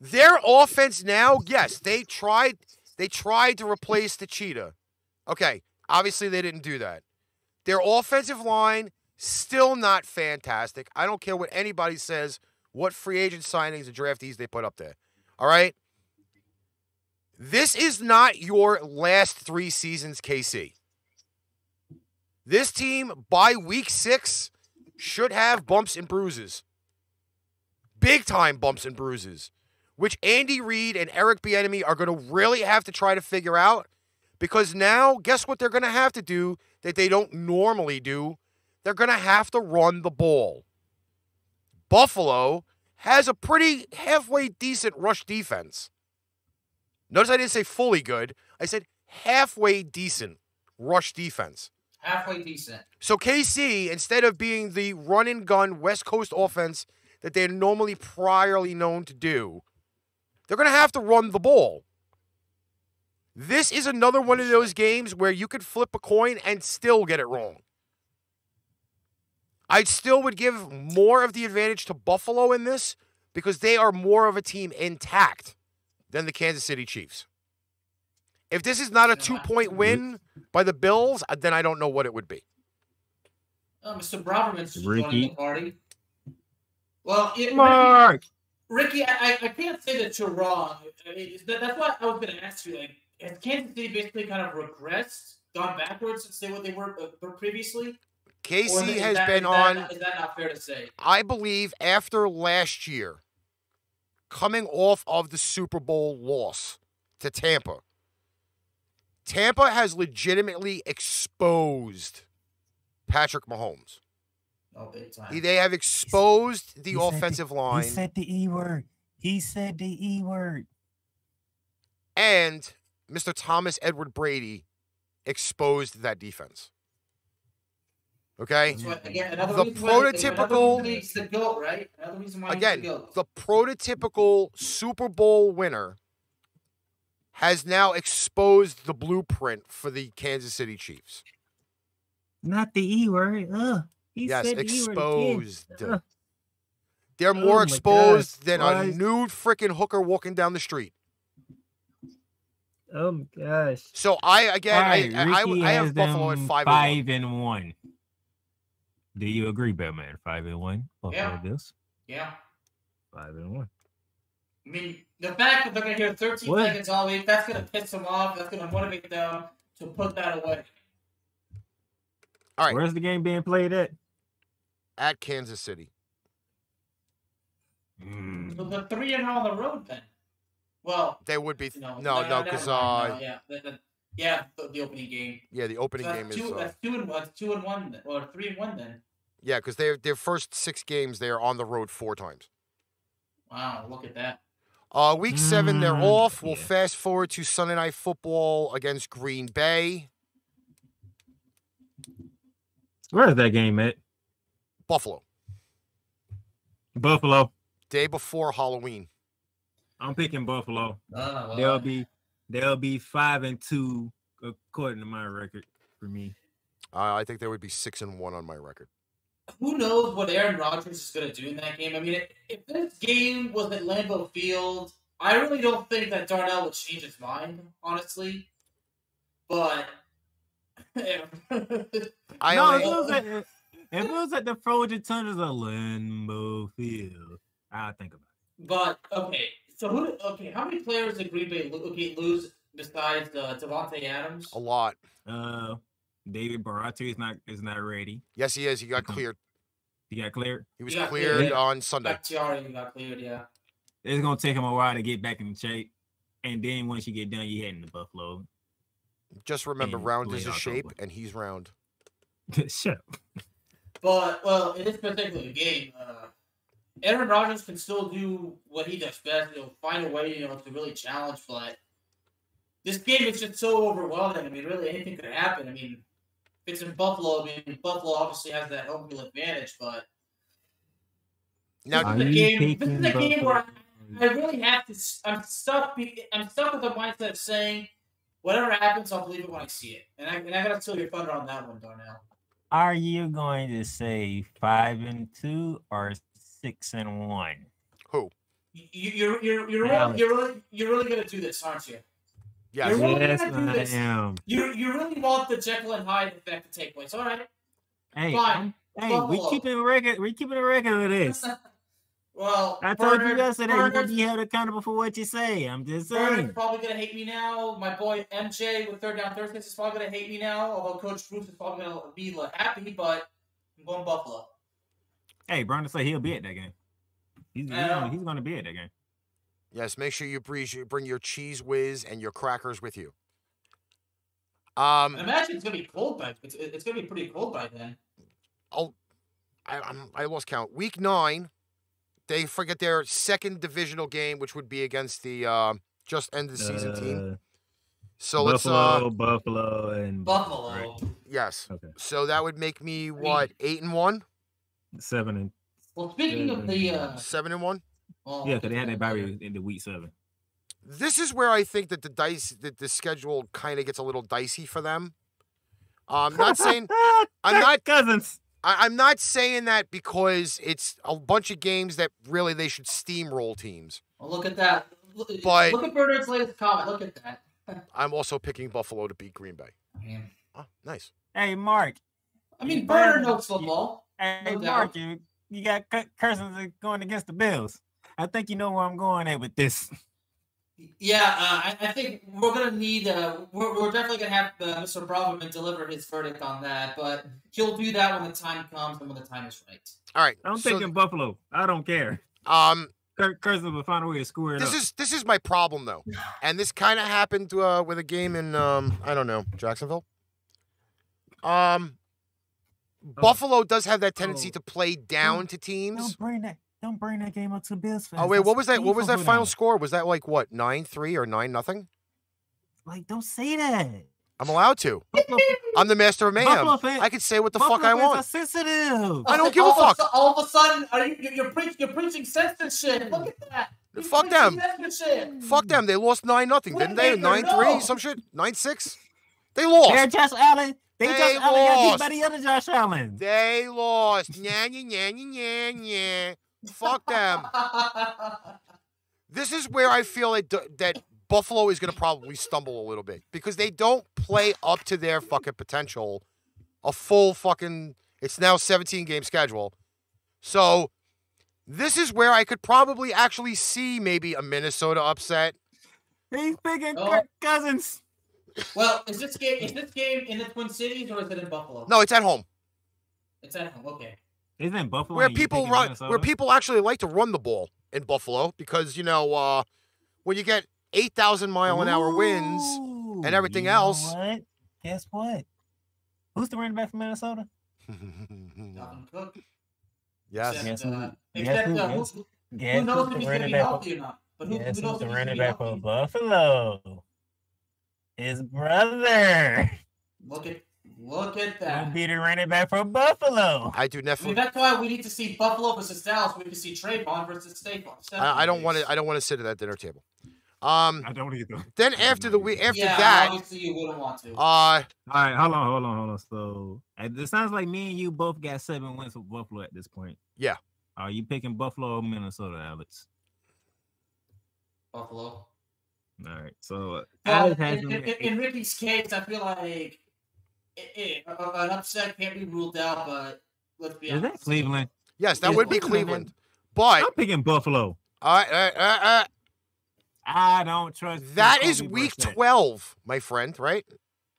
Their offense now, yes, they tried. They tried to replace the cheetah. Okay, obviously they didn't do that. Their offensive line still not fantastic. I don't care what anybody says. What free agent signings and draftees they put up there. All right. This is not your last three seasons, KC. This team by week six should have bumps and bruises. Big time bumps and bruises, which Andy Reid and Eric Bieniemy are going to really have to try to figure out because now guess what they're going to have to do that they don't normally do? They're going to have to run the ball. Buffalo has a pretty halfway decent rush defense. Notice I didn't say fully good. I said halfway decent rush defense.
halfway decent.
So KC, instead of being the run and gun West Coast offense that they're normally priorly known to do, they're going to have to run the ball. This is another one of those games where you could flip a coin and still get it wrong. I still would give more of the advantage to Buffalo in this because they are more of a team intact than the Kansas City Chiefs. If this is not a two point win by the Bills, then I don't know what it would be.
Oh, Mr. Braverman's
Ricky.
joining the party. Well, it,
Mark.
Ricky, I, I I can't say that you're wrong. I mean, that, that's why I was going to ask you. Like, has Kansas City basically kind of regressed, gone backwards since they what they were uh, previously? Or
KC
is
has
that-
been
is that
on,
not- Is that not fair to say?
I believe, after last year, coming off of the Super Bowl loss to Tampa. Tampa has legitimately exposed Patrick Mahomes.
No, Oh, big time.
They have exposed the
he said the-
offensive line.
the E word. He said the E word.
and Mr. Thomas Edward Brady exposed that defense. Okay?
That's why- again, another
The
reason why- another
prototypical-
reason he's the goat, right? Another reason why he's
Again,
the goat.
the prototypical Super Bowl winner has now exposed the blueprint for the Kansas City Chiefs.
Not the E word. Ugh. He
yes,
said the E word again.
exposed.
Ugh.
They're
Oh
more
my
exposed
gosh,
than a
guys.
nude freaking hooker walking down the street.
Oh my gosh.
So I again,
Alright,
I, I, I,
Ricky
I
has
have Buffalo at
them
five. and one.
Five and one. Do you agree, Bellman? Five and one. Buffalo
Yeah.
Bills.
yeah.
Five and one.
I mean, the fact that they're going to hear 13
What?
seconds all week, that's going to piss them off. That's going to motivate them to put that away.
All right.
Where's the game being played at?
at Kansas City.
Mm.
So the three and all on the road then. Well,
They would be
no,
no, no,
never
because
mind, no,
uh,
yeah, the, the, yeah, the, the opening game.
yeah, the
So
opening game
that's
is
two.
uh,
that's two and one. Two and one, then, or three and one then.
yeah, because their their first six games they are on the road four times.
Wow, look at that.
Uh, week seven they're
Mm,
off. We'll
yeah.
fast forward to Sunday Night Football against Green Bay,
Where's that game at?
Buffalo,
Buffalo.
day before Halloween.
I'm picking Buffalo.
Oh, well,
They'll be they'll be five and two according to my record for me.
Uh, I think there would be six and one on my record.
who knows what Aaron Rodgers is going to do in that game? I mean, if- if this game was at Lambeau Field, I really don't think that Darnell would change his mind, honestly. But
I
no,
only,
if it was at if it was at the Frozen Tunders of Lambeau Field, I'll think about it.
but okay, so who? Okay, how many players did Green Bay lo- okay, lose besides uh, Devontae Adams?
a lot.
Uh, David Barati is not is not ready.
Yes, he is. He got
Mhm.
cleared.
He got cleared.
He was
Yeah, yeah,
cleared
yeah.
on Sunday.
Bakhtiari got cleared, yeah.
It's gonna take him a while to get back in shape, and then once you get done, you heading to Buffalo.
Just remember,
in
round
late
is a
October.
shape, and he's round.
Shut up.
But well, in this particular game, uh, Aaron Rodgers can still do what he does best. You know, find a way, you know, to really challenge. But this game is just so overwhelming. I mean, really, anything could happen. I mean, if it's in Buffalo, I mean, Buffalo obviously has that home field advantage. But
Now,
Are
Are
the
you
game- this
taking
is the game
Buffalo?
where I really have to. s- I'm stuck. be- I'm stuck with the mindset of saying, whatever happens, I'll believe it when I see it. And I and I gotta steal your thunder on that one, Darnell.
Are you going to say five and two or six and one?
who?
You, you- you're you're you're really,
Alex.
you're really you're really gonna do this, aren't you?
Yes.
You're wrong.
Yes,
gonna do
I
this.
am.
You you really want the Jekyll and Hyde effect to take place. All right.
Hey,
Fine.
I'm- hey,
Buffalo.
we keeping a record. We keeping a record of this.
well,
I told you
Bernard-
yesterday you can
Bernard's,
be held accountable for what you say. I'm just
Bernard's
saying.
probably gonna hate me now. My boy MJ with third down Thursdays is probably gonna hate me now. Although Coach Bruce is probably gonna be like, happy, but I'm going Buffalo.
Hey, Brandon said he'll be at that game. He's, he's,
I know.
gonna, he's gonna be at that game.
Yes, make sure you breeze- you bring your cheese whiz and your crackers with you. Um,
I imagine it's gonna be cold by it's, it's gonna be pretty cold by then.
I, I'm, I lost count. Week nine, they forget their second divisional game, which would be against the uh, just end of the season team.
Uh,
So let's,
Buffalo,
uh,
Buffalo, and
Buffalo.
right?
yes.
Okay.
So that would make me what eight and one,
Seven and
Well, speaking of the uh,
seven and one.
well,
yeah, because they had that bye week in the week seven.
This is where I think that the dice, that the schedule kind of gets a little dicey for them. I'm not saying I'm
Ah, Kirk
not
cousins.
I, I'm not saying that because it's a bunch of games that really they should steamroll teams.
Well, look at that. Look,
But-
look at Bernard's latest comment. Look at that.
I'm also picking Buffalo to beat Green Bay.
Man.
Oh, nice.
Hey, Mark.
I mean, Bernard knows football.
Hey,
No doubt.
Mark. You, you got Kirk cousins going against the Bills. I think you know where I'm going at with this.
Yeah, uh, I, I think we're gonna need. Uh, we're, we're definitely gonna have uh, Mr. Braverman deliver his verdict on that, but he'll do that when the time comes and when the time is right.
All right.
I'm
so,
thinking Buffalo. I don't care.
um,
Kirk Cousins will find a way to square it
this
up.
is this is my problem though, and this kind of happened uh, with a game in um, I don't know Jacksonville. Um, Buffalo does have that tendency
Oh.
to play down to teams.
don't bring that. Don't bring that game up to Bills fans.
Oh wait, what
That's
was that? What was that
painful for
final
them.
score? Was that like what nine three or nine nothing?
Like, don't say that.
I'm allowed to.
Buffalo,
I'm the master of mayhem.
Buffalo fan-
I can say what the
Buffalo
fuck I
fans
want.
Are sensitive.
I don't give a
all of
fuck.
su- all of a sudden, are you, you're, you're, preach, you're preaching censorship. Look at that. You're
Fuck
preaching censorship.
Fuck them. They lost 9 nothing,
What
didn't
did
they?
they
9
know?
3, some shit? 9 6? They lost.
They're Josh Allen. They,
They
Josh Allen got
lost.
beat by the other Josh Allen.
They lost. Nya, nya, nya, nya, nya, nya. Fuck them. This is where I feel that, that Buffalo is going to probably stumble a little bit because they don't play up to their fucking potential. A full fucking, it's now 17 game schedule. So This is where I could probably actually see maybe a Minnesota upset.
He's picking
Oh.
Kirk Cousins.
Well, is this game is this game in the Twin Cities or is it in Buffalo?
No, it's at home
It's at home. Okay.
Isn't it Buffalo?
where
and you
people
picking
run, where
Minnesota?
people actually like to run the ball in Buffalo because you know uh, when you get eight thousand mile an hour winds.
Ooh,
and everything
you know
else.
What? Guess what? Who's the running back from Minnesota?
Dalvin Cook.
yes,
Except,
Yes,
uh,
who-
except,
yes,
uh,
who-
who,
yes.
who
Guess who's
knows if
the
he's
running
going to be
back for
healthy or not? But who,
Yes,
who knows
who's
if
the
he's going to
running
be
back for
healthy?
Buffalo? His brother
Look at look at
will
that.
be the running back for Buffalo.
I do
I mean,
definitely.
that's why we need to see Buffalo versus Dallas. We need to see Trayvon versus Stephon.
I, I don't want to. I don't want to sit at that dinner table. Um.
I don't want to get the.
Then after the week after
yeah,
that,
obviously you wouldn't want to.
uh,
All right, hold on, hold on, hold on. So it it sounds like me and you both got seven wins with Buffalo at this point.
Yeah.
Are you picking Buffalo or Minnesota, Alex?
Buffalo.
All right. So uh,
Uh,
Alex has
in,
them
in,
at
in Ricky's case, I feel like it, it, a- a- an upset can't be ruled out, but let's be
Is that
honest.
Cleveland?
yes, that
Yes,
would be
Buffalo, man.
Cleveland. But
I'm picking Buffalo.
uh, uh, uh, uh,
I don't trust.
That
Jacoby
is week
Brissett.
12, my friend, right?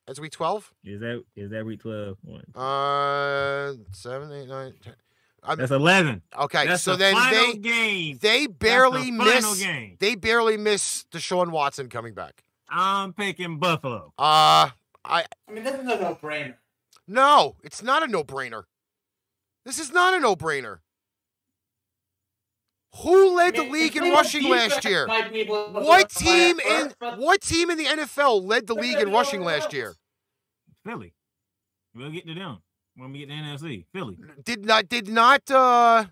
That's week 12?
Is that is that week twelve? One.
Uh, 7, 8, 9, 10. I'm-
That's eleven.
Okay,
That's
so
the
then they
final game.
they barely
That's the final
miss
game.
they barely miss Deshaun Watson coming back.
I'm picking Buffalo.
Uh
I mean, this is a no-brainer.
no, it's not a no-brainer. This is not a no-brainer. Who led
I
the
mean,
league in
Cleveland's
rushing last
defense
year?
might be able to
What
run by
team
it
in
first, but
what team in the NFL led the
look
league
at
in
the
rushing
overall
last year?
Philly. We'll get to them when we get to NFC. Philly.
did not did not uh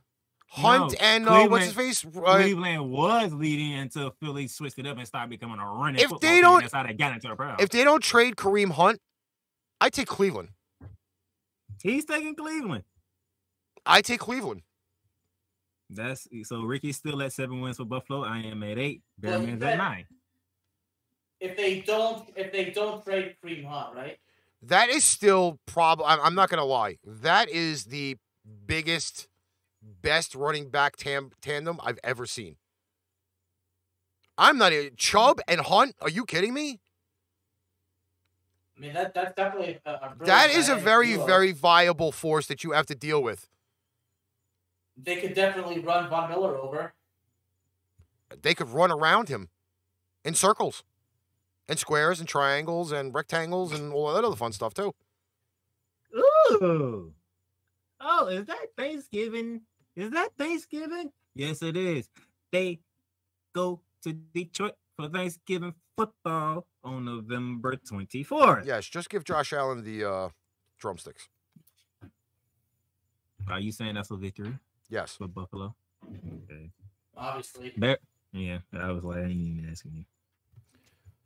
Hunt
No,
and uh, what's his
Cleveland-
face? Uh,
Cleveland was leading until Philly switched it up and started becoming a running.
If
football
they
team.
don't-
that's how they got into the playoffs.
if they don't trade Kareem Hunt, I take Cleveland.
He's taking Cleveland.
I take Cleveland.
That's so Ricky's still at seven wins for Buffalo. I am at eight.
Well, you
Bearman's at
bet.
nine.
If they don't, if they don't trade Cream Hunt, right?
That is still probably. I'm, I'm not gonna lie. That is the biggest, best running back tam- tandem I've ever seen. I'm not a Chubb and Hunt. Are you kidding me?
I mean, that that's definitely a, a really
That is a
dynamic
very,
duo.
very viable force that you have to deal with.
They could definitely run Von Miller over.
They could run around him in circles, and squares, and triangles, and rectangles, and all that other fun stuff too.
Ooh. Oh, is that Thanksgiving? Is that Thanksgiving? Yes, it is. They go to Detroit for Thanksgiving football on November 24th.
Yes, just give Josh Allen the uh, drumsticks.
Are you saying that's a victory
Yes.
for Buffalo? Okay.
Obviously,
Bear- yeah, I was like, I ain't even asking you.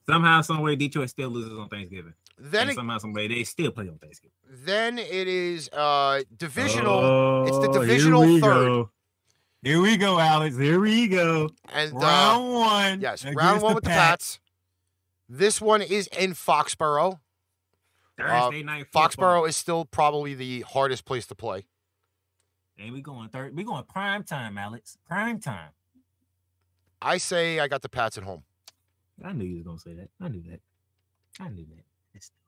Somehow, someway, Detroit still loses on Thanksgiving.
Then
and
it,
somehow, someway, they still play on Thanksgiving.
then it is uh, divisional, it's the
Oh, here
divisional
we
third.
go. Here we go, Alex. Here we go.
and uh,
round one.
yes, round
against
one with the Pats. This one is in Foxborough.
Thursday night. football.
Uh, Foxborough is still probably the hardest place to play.
And we going third. We going prime time, Alex. Prime time.
I say I got the Pats at home.
I knew you was gonna say that. I knew that. I knew that. Let's do it.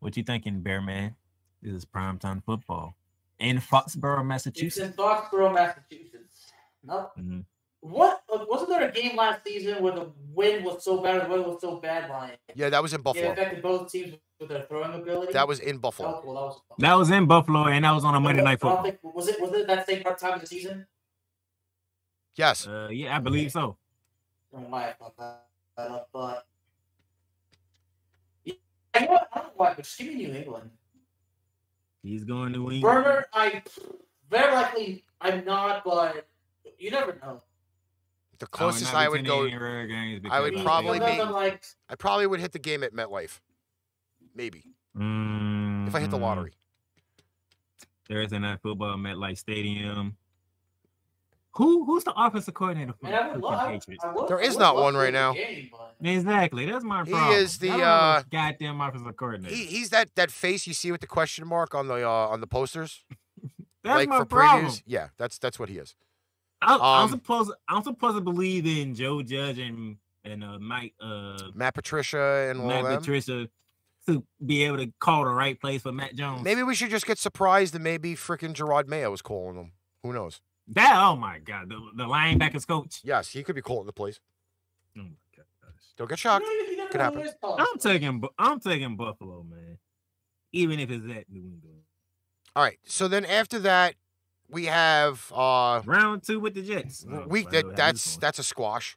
What you thinking, Bear Man? This is prime time football in Foxborough,
it's in
Massachusetts.
Foxborough, Massachusetts. No,
Mhm.
what uh, wasn't there a game last season where the wind was so bad, the weather was so bad, Lion?
Yeah, that was in
It
Buffalo.
affected both teams with their throwing ability.
That was in
Oh, well,
Buffalo.
that was
That was in Buffalo, and that was on a Monday
I
night
don't
football.
think- was it was it that same part time of the season?
Yes.
Uh, yeah, I believe so.
I don't know why I thought that, up, but yeah, I know I don't know why, but just give me New England.
He's going to
Mm.
win.
Burner, I very likely I'm not, but you never know.
The closest I would go, I would
You- you
probably
know,
be-
I'm like
I probably would hit the game at MetLife. Maybe
Mm-hmm.
if I hit the lottery.
Thursday night football, MetLife Stadium. Who who's the offensive coordinator for
man, I would
the
love, I would,
Patriots?
I would,
There
I
is
would
not
love
one
to
right
win the
now.
game, but-
Exactly, that's my
He
problem.
is the,
I don't know
uh,
this goddamn offensive coordinator.
He, he's that that face you see with the question mark on the uh, on the posters.
That's
like
my
for
problem.
previews. Yeah, that's that's what he is.
I, I'm
Um,
supposed I'm supposed to believe in Joe Judge and and uh, Mike uh,
Matt Patricia and all
Matt
them.
Patricia to be able to call the right place for Matt Jones.
Maybe we should just get surprised that maybe freaking Gerard Mayo is calling them. Who knows?
that. Oh my God, the, the linebackers coach.
Yes, he could be calling the plays.
Oh my gosh.
Don't get shocked.
You never
Could
know
happen.
who is calling
I'm
for it.
taking Bu- I'm taking Buffalo, man. Even if it's at New England.
All right. So then after that, we have uh
Round two with the Jets. Oh,
week
wow, how
that
this
that's
going?
that's a squash.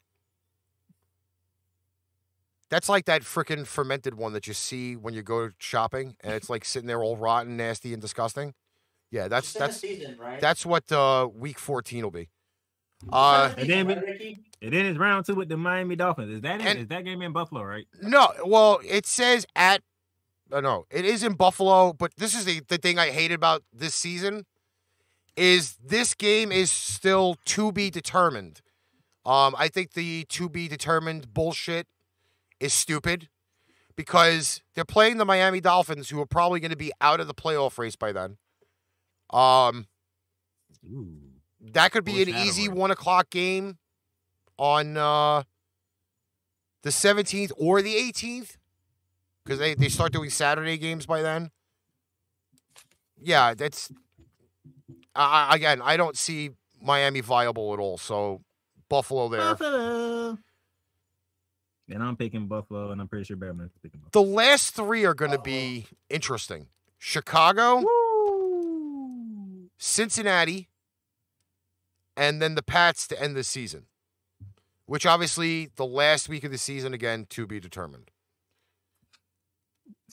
That's like that freaking fermented one that you see when you go shopping, and it's like sitting there all rotten, nasty, and disgusting. Yeah, that's
It's in the
that's
season, right?
that's what uh, week fourteen will be.
It's
Uh,
in the season,
And then
right, Ricky?
and then it's round two with the Miami Dolphins. Is that it? Is
And-
that game in Buffalo, right?
No, well, it says at uh, no, it is in Buffalo, but this is the, the thing I hate about this season is this game is still to be determined. Um, I think the to be determined bullshit is stupid because they're playing the Miami Dolphins, who are probably going to be out of the playoff race by then. Um,
Ooh.
that could be an
Foreshadowing.
easy one o'clock game on uh, the 17th or the 18th because they, they start doing Saturday games by then. Yeah, that's I, I- again, I don't see Miami viable at all. So Buffalo there.
Buffalo. And I'm picking Buffalo, and I'm pretty sure Batman's picking Buffalo.
The last three are going to be interesting Chicago,
Woo!
Cincinnati, and then the Pats to end the season, which obviously the last week of the season, again, to be determined.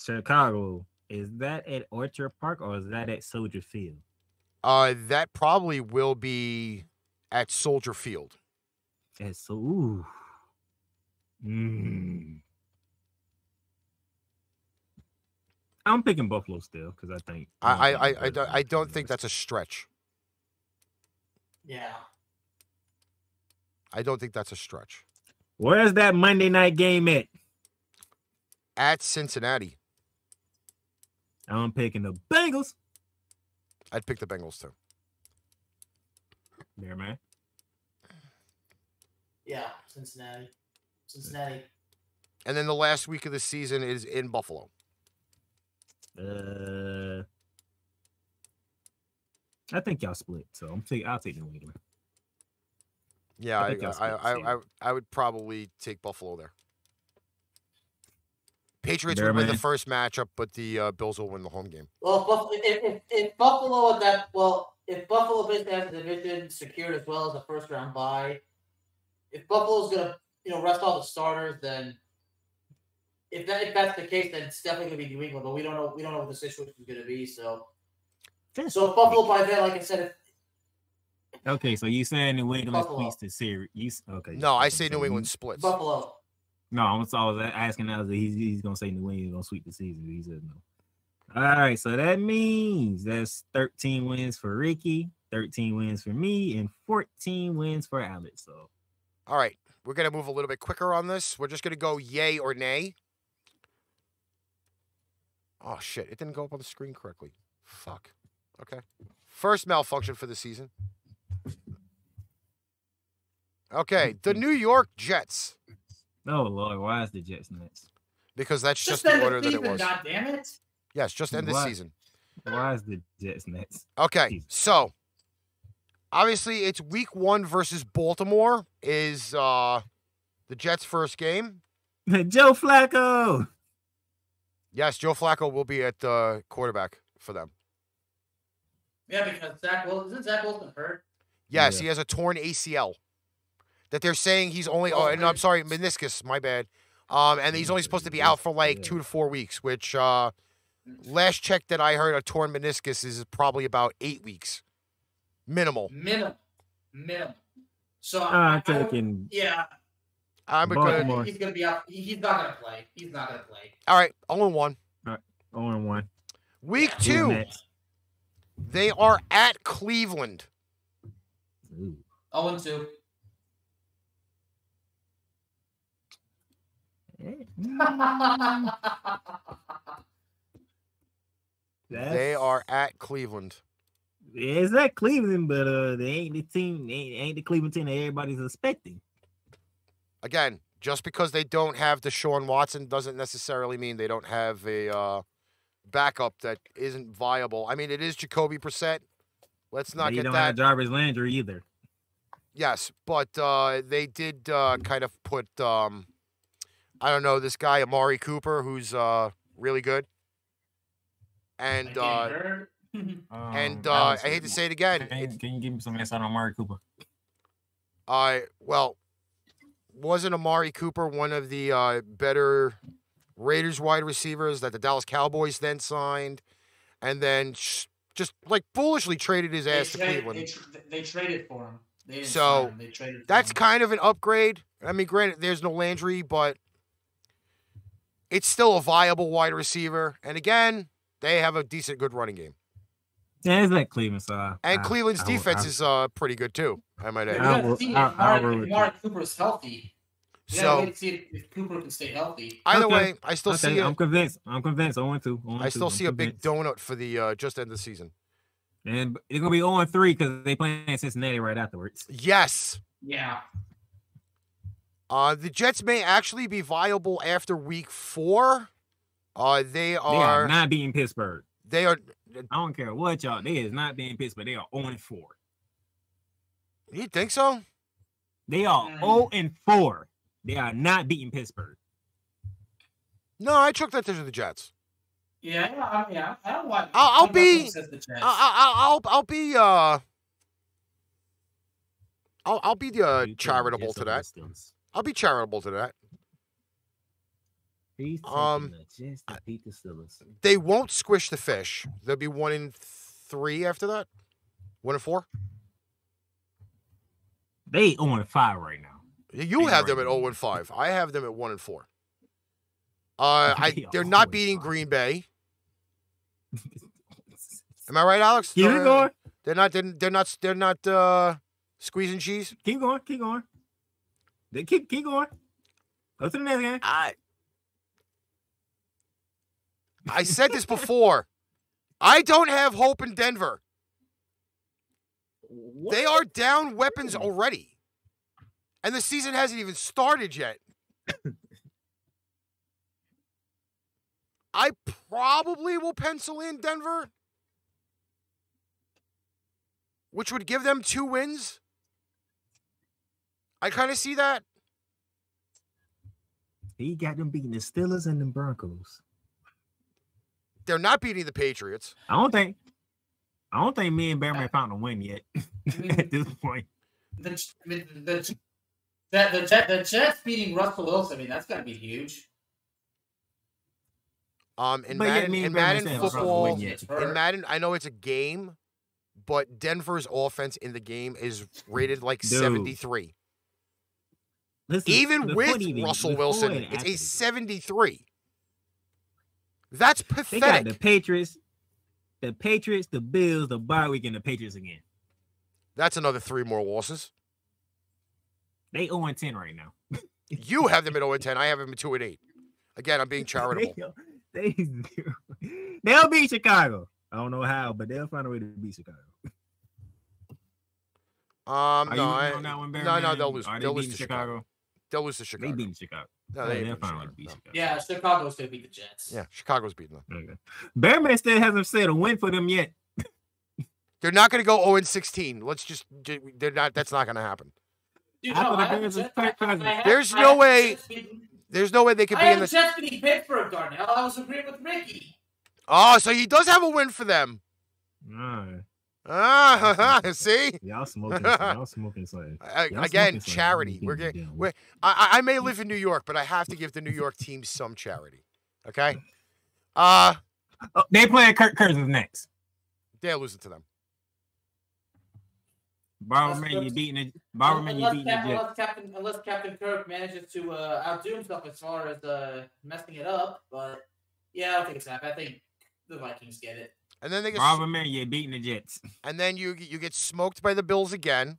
Chicago. Is that at Orchard Park or is that at Soldier Field?
Uh, that probably will be at Soldier Field.
At so ooh. Mm. I'm picking Buffalo still because I think
I, I, I, I,
think
don't-
Buffalo's
I
gonna
don't
be
think
worse.
that's a stretch.
Yeah.
I don't think that's a stretch.
Where's that Monday night game at?
At Cincinnati,
I'm picking the Bengals.
I'd pick the Bengals too.
There, man.
Yeah. Cincinnati. Cincinnati.
And then the last week of the season is in Buffalo.
Uh, I think y'all split, so I'm take I'll take New England.
Yeah,
I
I,
think that's
I,
good to
I,
see.
I, I, would probably take Buffalo there. Patriots
Bear
would win the
man.
first matchup, but the uh, Bills will win the home game.
Well, if, Buff- if, if, if Buffalo had that, well, if Buffalo basically has the division secured as well as the first round bye, if Buffalo's gonna you know rest all the starters, then if that if that's the case, then it's definitely gonna be New England. But we don't know we don't know what the situation is gonna be. So so if Buffalo by then, like I said, if,
Okay, so you saying New England
Buffalo.
splits the series? You s- okay?
No, I
okay,
say
so
New
you-
England splits.
Buffalo,
No, I'm so I was a- asking now that he's, he's gonna say New England gonna sweep the season. He said no. All right, so that means that's 13 wins for Ricky, 13 wins for me, and 14 wins for Alex. So
All right, we're gonna move a little bit quicker on this. We're just gonna go yay or nay. Oh shit! It didn't go up on the screen correctly. Fuck. Okay. First malfunction for the season. Okay, the New York Jets
oh lord, why is the Jets nuts?
because that's just,
just
the
end
order
the
that it
season.
was.
God damn it!
Yes, just end this
What?
season.
Why is the Jets nuts?
Okay,
Jesus.
so obviously it's week one versus Baltimore is uh the Jets' first game.
Joe Flacco.
Yes, Joe Flacco will be at uh, quarterback for them.
Yeah, because Zach Wilson isn't Zach Wilson hurt?
Yes,
Yeah.
he has a torn ACL. That they're saying he's only.
Oh,
Oh, no, I'm
meniscus.
sorry, meniscus. My bad. Um, and he's only supposed to be out for like
Yeah.
two to four weeks. Which uh, last check that I heard, a torn meniscus is probably about eight weeks, minimal.
Minimum, minimum. So I,
I'm
I would-
taking
yeah,
I'm a
I
good.
Ah, Baltimore.
think he's gonna be out. he- He's not gonna play. He's not gonna play.
All right, zero and one.
0 and 1.
Week
Yeah.
Who's
two,
next?
they are at Cleveland.
Ooh.
Oh and two.
Eh,
I
that's-
They are at Cleveland.
yeah, it's not Cleveland, but uh, they ain't the team. They ain't, ain't the Cleveland team that everybody's expecting.
Again, just because they don't have Deshaun Watson doesn't necessarily mean they don't have a uh, backup that isn't viable. I mean, it is Jacoby Brissett. Let's not
they
get
don't
that.
have Jarvis Landry either.
Yes, but uh, they did uh, kind of put, um, I don't know, this guy Amari Cooper, who's uh, really good, and uh, and uh, I hate to say it again.
Um, Can, you give me some insight on Mari Cooper?
I well, wasn't Amari Cooper one of the uh, better Raiders wide receivers that the Dallas Cowboys then signed, and then sh- just like foolishly traded his
they,
ass to
traded, they,
Cleveland.
tr- they traded for him. They didn't
So,
sign him, they traded for
That's
him.
kind of an upgrade. I mean, granted, there's no Landry, but it's still a viable wide receiver. And again, they have a decent, good running game.
Yeah, it's not Cleveland, so I-
And
I-
Cleveland's
I will-
defense
I-
is uh, pretty good too. I might
Yeah,
I
we
add.
gotta
will-
see if
I- I
Mark,
will
if
root
Mark Cooper's healthy. We gotta wait
So
to see if, if Cooper can stay healthy.
either
Okay.
way, I still
okay,
see
I'm
a,
convinced. I'm convinced. I want to.
I still see a big donut for the uh, just end of the season.
And it's gonna be 0 and three because they playing Cincinnati right afterwards.
Yes,
Yeah.
uh, the Jets may actually be viable after Week Four. Uh, they
They are
are.
not beating Pittsburgh.
They are.
I don't care what y'all. They is not being Pittsburgh. They are 0 and four.
You think so?
They are
Mm.
0 and four. They are not beating Pittsburgh.
No, I took that to the Jets.
Yeah, I mean, I, I don't want.
I'll- I'll
I'm not gonna
be-
set the Jets.
I'll, I'll, I'll, I'll be uh, I'll, I'll be uh,
You tell me
charitable
it's
to
over
that.
Steelers.
I'll be charitable to that.
He's taking
Um,
the Jets to beat the Steelers.
They won't squish the fish. There'll be one in three after that. One in four.
They 0 and five right now.
You have them at
Right.
zero and five. I have them at one and four. Uh, I
They
they're
are
not
0 and
beating
five.
Green Bay. Am I right, Alex?
Keep
They're-
it going.
They're not. They're they're not. They're not uh, squeezing cheese.
Keep going. Keep going. They keep keep going. Go to the next game.
I I said this before. I don't have hope in Denver. They are down weapons already. And the season hasn't even started yet. I probably will pencil in Denver, which would give them two wins. I kind of see that.
He got them beating the Steelers and the Broncos.
They're not beating the Patriots.
I don't think. I don't think me and Bama found a win yet at this point.
the, the, the, that the, Jet, the Jets beating Russell Wilson, I mean, that's got to be huge.
Um, in
But yeah,
Madden,
me
in
and Bama
Madden
saying Russell
football,
Wilson
It's
yet.
hurt.
In Madden, I know it's a game, but Denver's offense in the game is rated like
Dude.
73.
Listen,
Even
before
with
it even-
Russell
before
Wilson,
it
it's a
happened,
73. That's
They got the
pathetic.
Patriots, the Patriots, the Bills, the bye week, and the Patriots again.
That's another three more losses.
They 0 and 10 right now.
You have them at 0 and 10. I have them at 2 and 8. Again, I'm being charitable.
They, they, they'll beat Chicago. I don't know how, but they'll find a way to beat Chicago.
Um, no,
Are you with me
I-
on that one, Barry,
no, no,
man?
they'll lose.
Are they
They'll lose
beating
to Chicago.
Chicago?
They'll lose to
They
Chicago.
beat Chicago.
No,
Oh,
they ain't
they'll
beating
find a way to
Chicago.
beat Chicago.
Yeah, Chicago's going to beat the Jets.
Yeah, Chicago's beating them.
Okay. Bearman still hasn't said a win for them yet.
They're not going to go 0 and 16. Let's just, they're not, that's not going to happen.
Dude,
I
no,
thought
I
the
have the
Bears was
Jets- I- I- I
perfect.
have-
There's
I
no
have the
way-
Jets beating-
There's no way they could
I
be in
have
the
the Jets beating Pittsburgh, Darnell. I was agreeing with Ricky.
Oh, so he does have a win for them.
Nah,
Ah, see.
y'all smoking. something. y'all smoking something.
I-
Y'all
again,
smoking something.
charity.
You
We're
getting
getting.
down.
We're, I, I I may live in New York, but I have to give the New York team some charity. Okay. Uh
Oh, they playing Kirk Cousins next.
they're losing to them.
Barberman, you beating the Barberman, you
unless,
beating
Cap-
the Jets.
unless Captain, unless Captain Kirk manages to uh, outdo himself as far as uh, messing it up, but yeah, I don't think it's happening. I think the Vikings get it.
And then they get. s-
Barberman, you beating the Jets.
And then you you get smoked by the Bills again.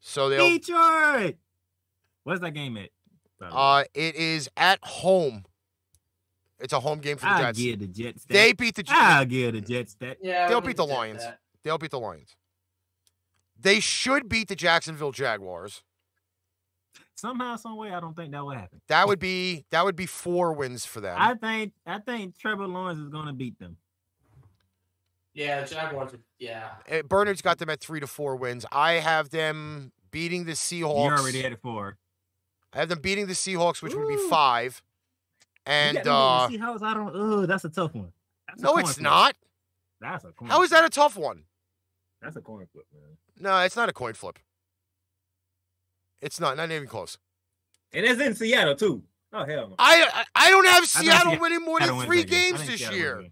So they'll.
Detroit. What's that game at? by the way?
Uh, it is at home. It's a home game for the
I
Jets.
give the Jets that.
They beat the. J-
I give the Jets that.
Yeah,
They'll
I would
beat the
accept
Lions.
that.
They'll beat the Lions. They should beat the Jacksonville Jaguars.
Somehow, some way, I don't think that will happen.
That would be that would be four wins for them.
I think I think Trevor Lawrence is going to beat them.
Yeah, the Jaguars. are- Yeah.
Uh, Bernard's got them at three to four wins. I have them beating the Seahawks.
You're already at it four.
I have them beating the Seahawks, which would be
Ooh.
five. And
you
uh,
got me beating the Seahawks, I don't. Oh, that's a tough one. That's a
no,
coin
it's
flip. Hmm.
not.
That's a coin
How is
flip.
that a tough one?
That's a coin flip, man.
No, it's not a coin flip. It's not. Not even close.
And it's in Seattle too. Oh hell no.
I I, I don't have
I don't
Seattle
see-
winning more
I
than
don't win
three
that game. I
games
think
this
Seattle
year.
win.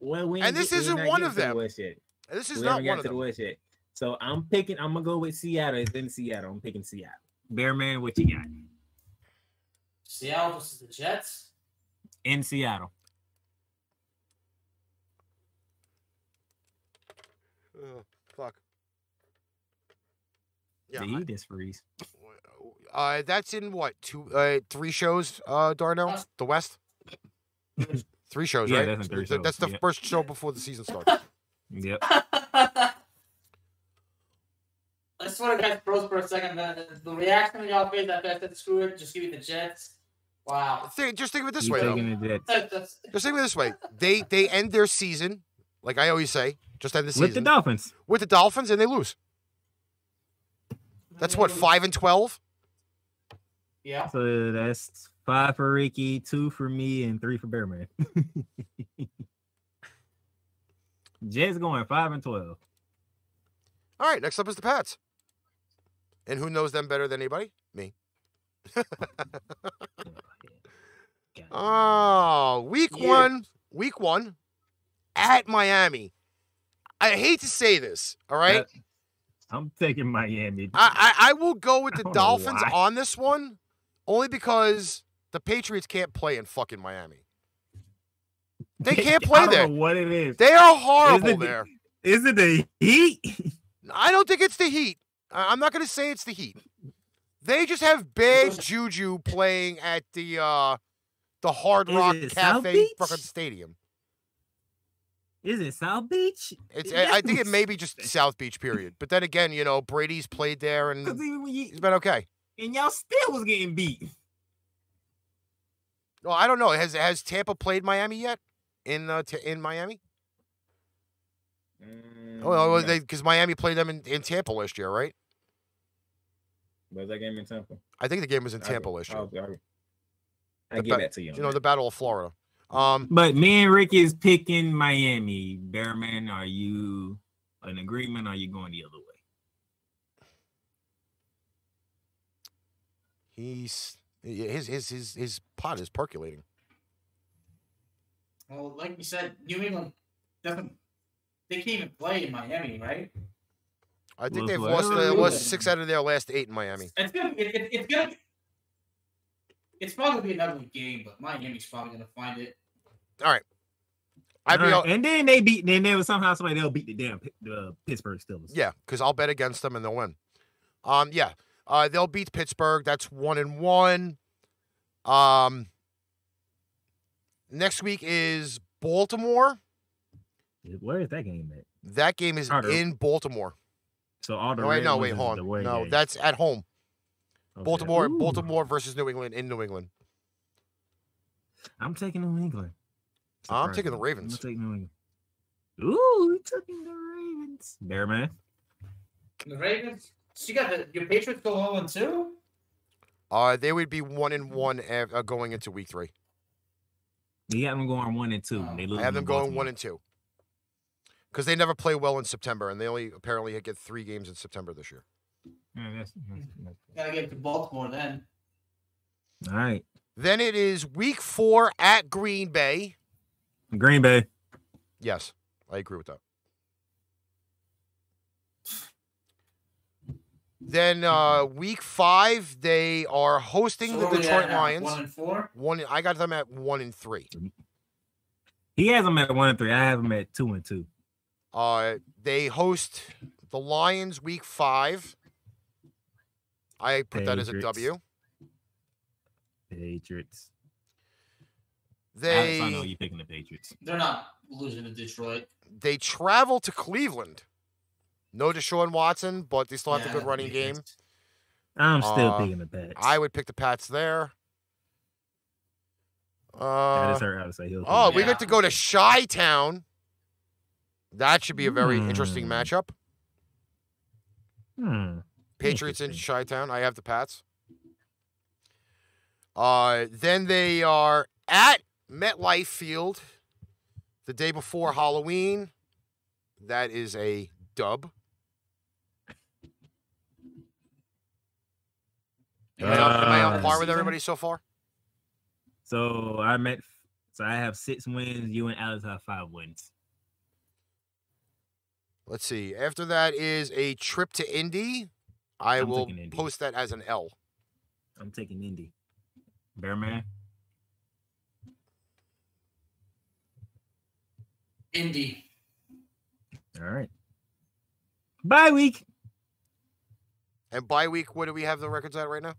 Well, we
And
ain't
this
get- we
isn't
not
one
getting
of
to the
them.
West yet.
This is
we
not
haven't
one of
got to the
them.
West yet. So I'm picking. I'm gonna go with Seattle. It's in Seattle. I'm picking Seattle. Bear man, what you got
Seattle versus the Jets.
in Seattle?
Ugh, fuck. Yeah.
Yeah,
I-
he just freeze.
Uh, that's in what two, uh, three shows? Uh, Darnell,
Us.
the West. three shows,
Yeah,
right?
that's in three
Th- th- that's
shows,
the
yeah.
first show before the season starts.
Yep.
I just want to guys froze for a second. The, the reaction on y'all face after I said screw it, just give me the Jets. Wow.
think, just think of it this
You
way, though.
taking the Jets.
That's-
Just think of it this way: they they end their season, like I always say, just end the season
with the Dolphins.
with the Dolphins, and they lose. That's what five and twelve.
Yeah.
So that's five for Ricky, two for me, and three for Bearman. Jets going five and twelve.
All right, next up is the Pats. And who knows them better than anybody? Me.
Oh, God.
Oh, week
Yeah.
one, week one, at Miami. I hate to say this, all right.
Uh, I'm taking Miami.
I, I I will go with
I
the
don't know
Dolphins
why.
on this one, only because the Patriots can't play in fucking Miami. They can't
I
play
don't
there.
know what it is?
They are horrible
Is it-
there.
Is it the Heat?
I don't think it's the Heat. I- I'm not going to say it's the Heat. They just have bad juju playing at the uh, the Hard
Is
Rock
it South
Cafe
Beach?
fucking stadium.
Is it South Beach?
It's I I think it may be just South Beach period. But then again, you know Brady's played there and
Because even when
he's
you
been okay.
and y'all still was getting beat.
No, I don't know. Has has Tampa played Miami yet? In uh, t- in Miami?
Mm,
Oh, well, they because Miami played them in, in Tampa last year, right?
was that game in Tampa?
I think the game was in Tampa last year.
oh, I,
The
give
ba-
that to you.
You know, the Battle of Florida. Um,
But me and Rick is picking Miami. Bearman, are you in agreement? Or are you going the other way?
he's his his his his pot is percolating.
Well, like you said, New England doesn't. They can't even play in Miami, right?
I think
Well,
they've
well,
lost
I don't
uh,
know.
lost six out of their last eight in Miami.
It's gonna. It, it, it's gonna. It's probably gonna be an ugly game, but Miami's probably gonna find it.
I'd be
All
all,
right, and then they beat. Then there was somehow somebody they'll beat the damn Pi- the Pittsburgh Steelers.
yeah, because I'll bet against them and they'll win. Um, yeah, uh, they'll beat Pittsburgh. That's one and one. Um, next week is Baltimore.
Where is that game at?
That game is
Carter.
in Baltimore.
So all the
No, wait,
red
no,
ones
wait,
is
hold
the
on.
away
No,
game.
that's at home.
Okay.
Baltimore,
Ooh,
Baltimore versus New England in New England.
I'm taking New England.
I'm taking the
Surprisingly.
Ravens.
I'm taking New England. Ooh, you taking the Ravens. Bear man.
And the Ravens. So you got the your Patriots go zero and two.
Uh, they would be one and one av- uh, going into week three.
You got them going one and two. They
I
lose.
Oh, I have them going one and two because they never play well in September, and they only apparently get three games in September this year. Mm-hmm.
Gotta get to Baltimore then.
All right,
Then it is week four at Green Bay.
Green Bay.
Yes, I agree with that. Then uh, week five, they are hosting
So
the
where we at
Detroit
now?
Lions.
One and four.
One, I got them at one and three.
He has them at one and three. I have them at two and two.
Uh, they host the Lions week five. I put that as a
Patriots.
W.
Patriots. Alex, I know
They
you're picking the Patriots.
They're not. losing to Detroit.
They travel to Cleveland. No Deshaun Watson, but they still have a good running game.
I'm still
Uh,
picking the Pats.
I would pick the Pats there.
that
Uh,
is her out. So he'll.
oh,
pick
we
Yeah.
get to go to Chi Town. That should be a very interesting
Hmm.
matchup.
it. Hmm.
Patriots in
Interesting.
Chi Town. I have the Pats. Uh, then they are at MetLife Field the day before Halloween. That is a dub. Am I, on, am I on
Uh,
par with everybody so far?
So I'm at. So I have six wins. You and Alex have five wins.
Let's see. After that is a trip to Indy. I
I'm
will
thinking Indy.
post that as an L.
I'm taking Indy. Bearman.
Indy.
All right. Bye week.
And by week, what do we have the records at right now?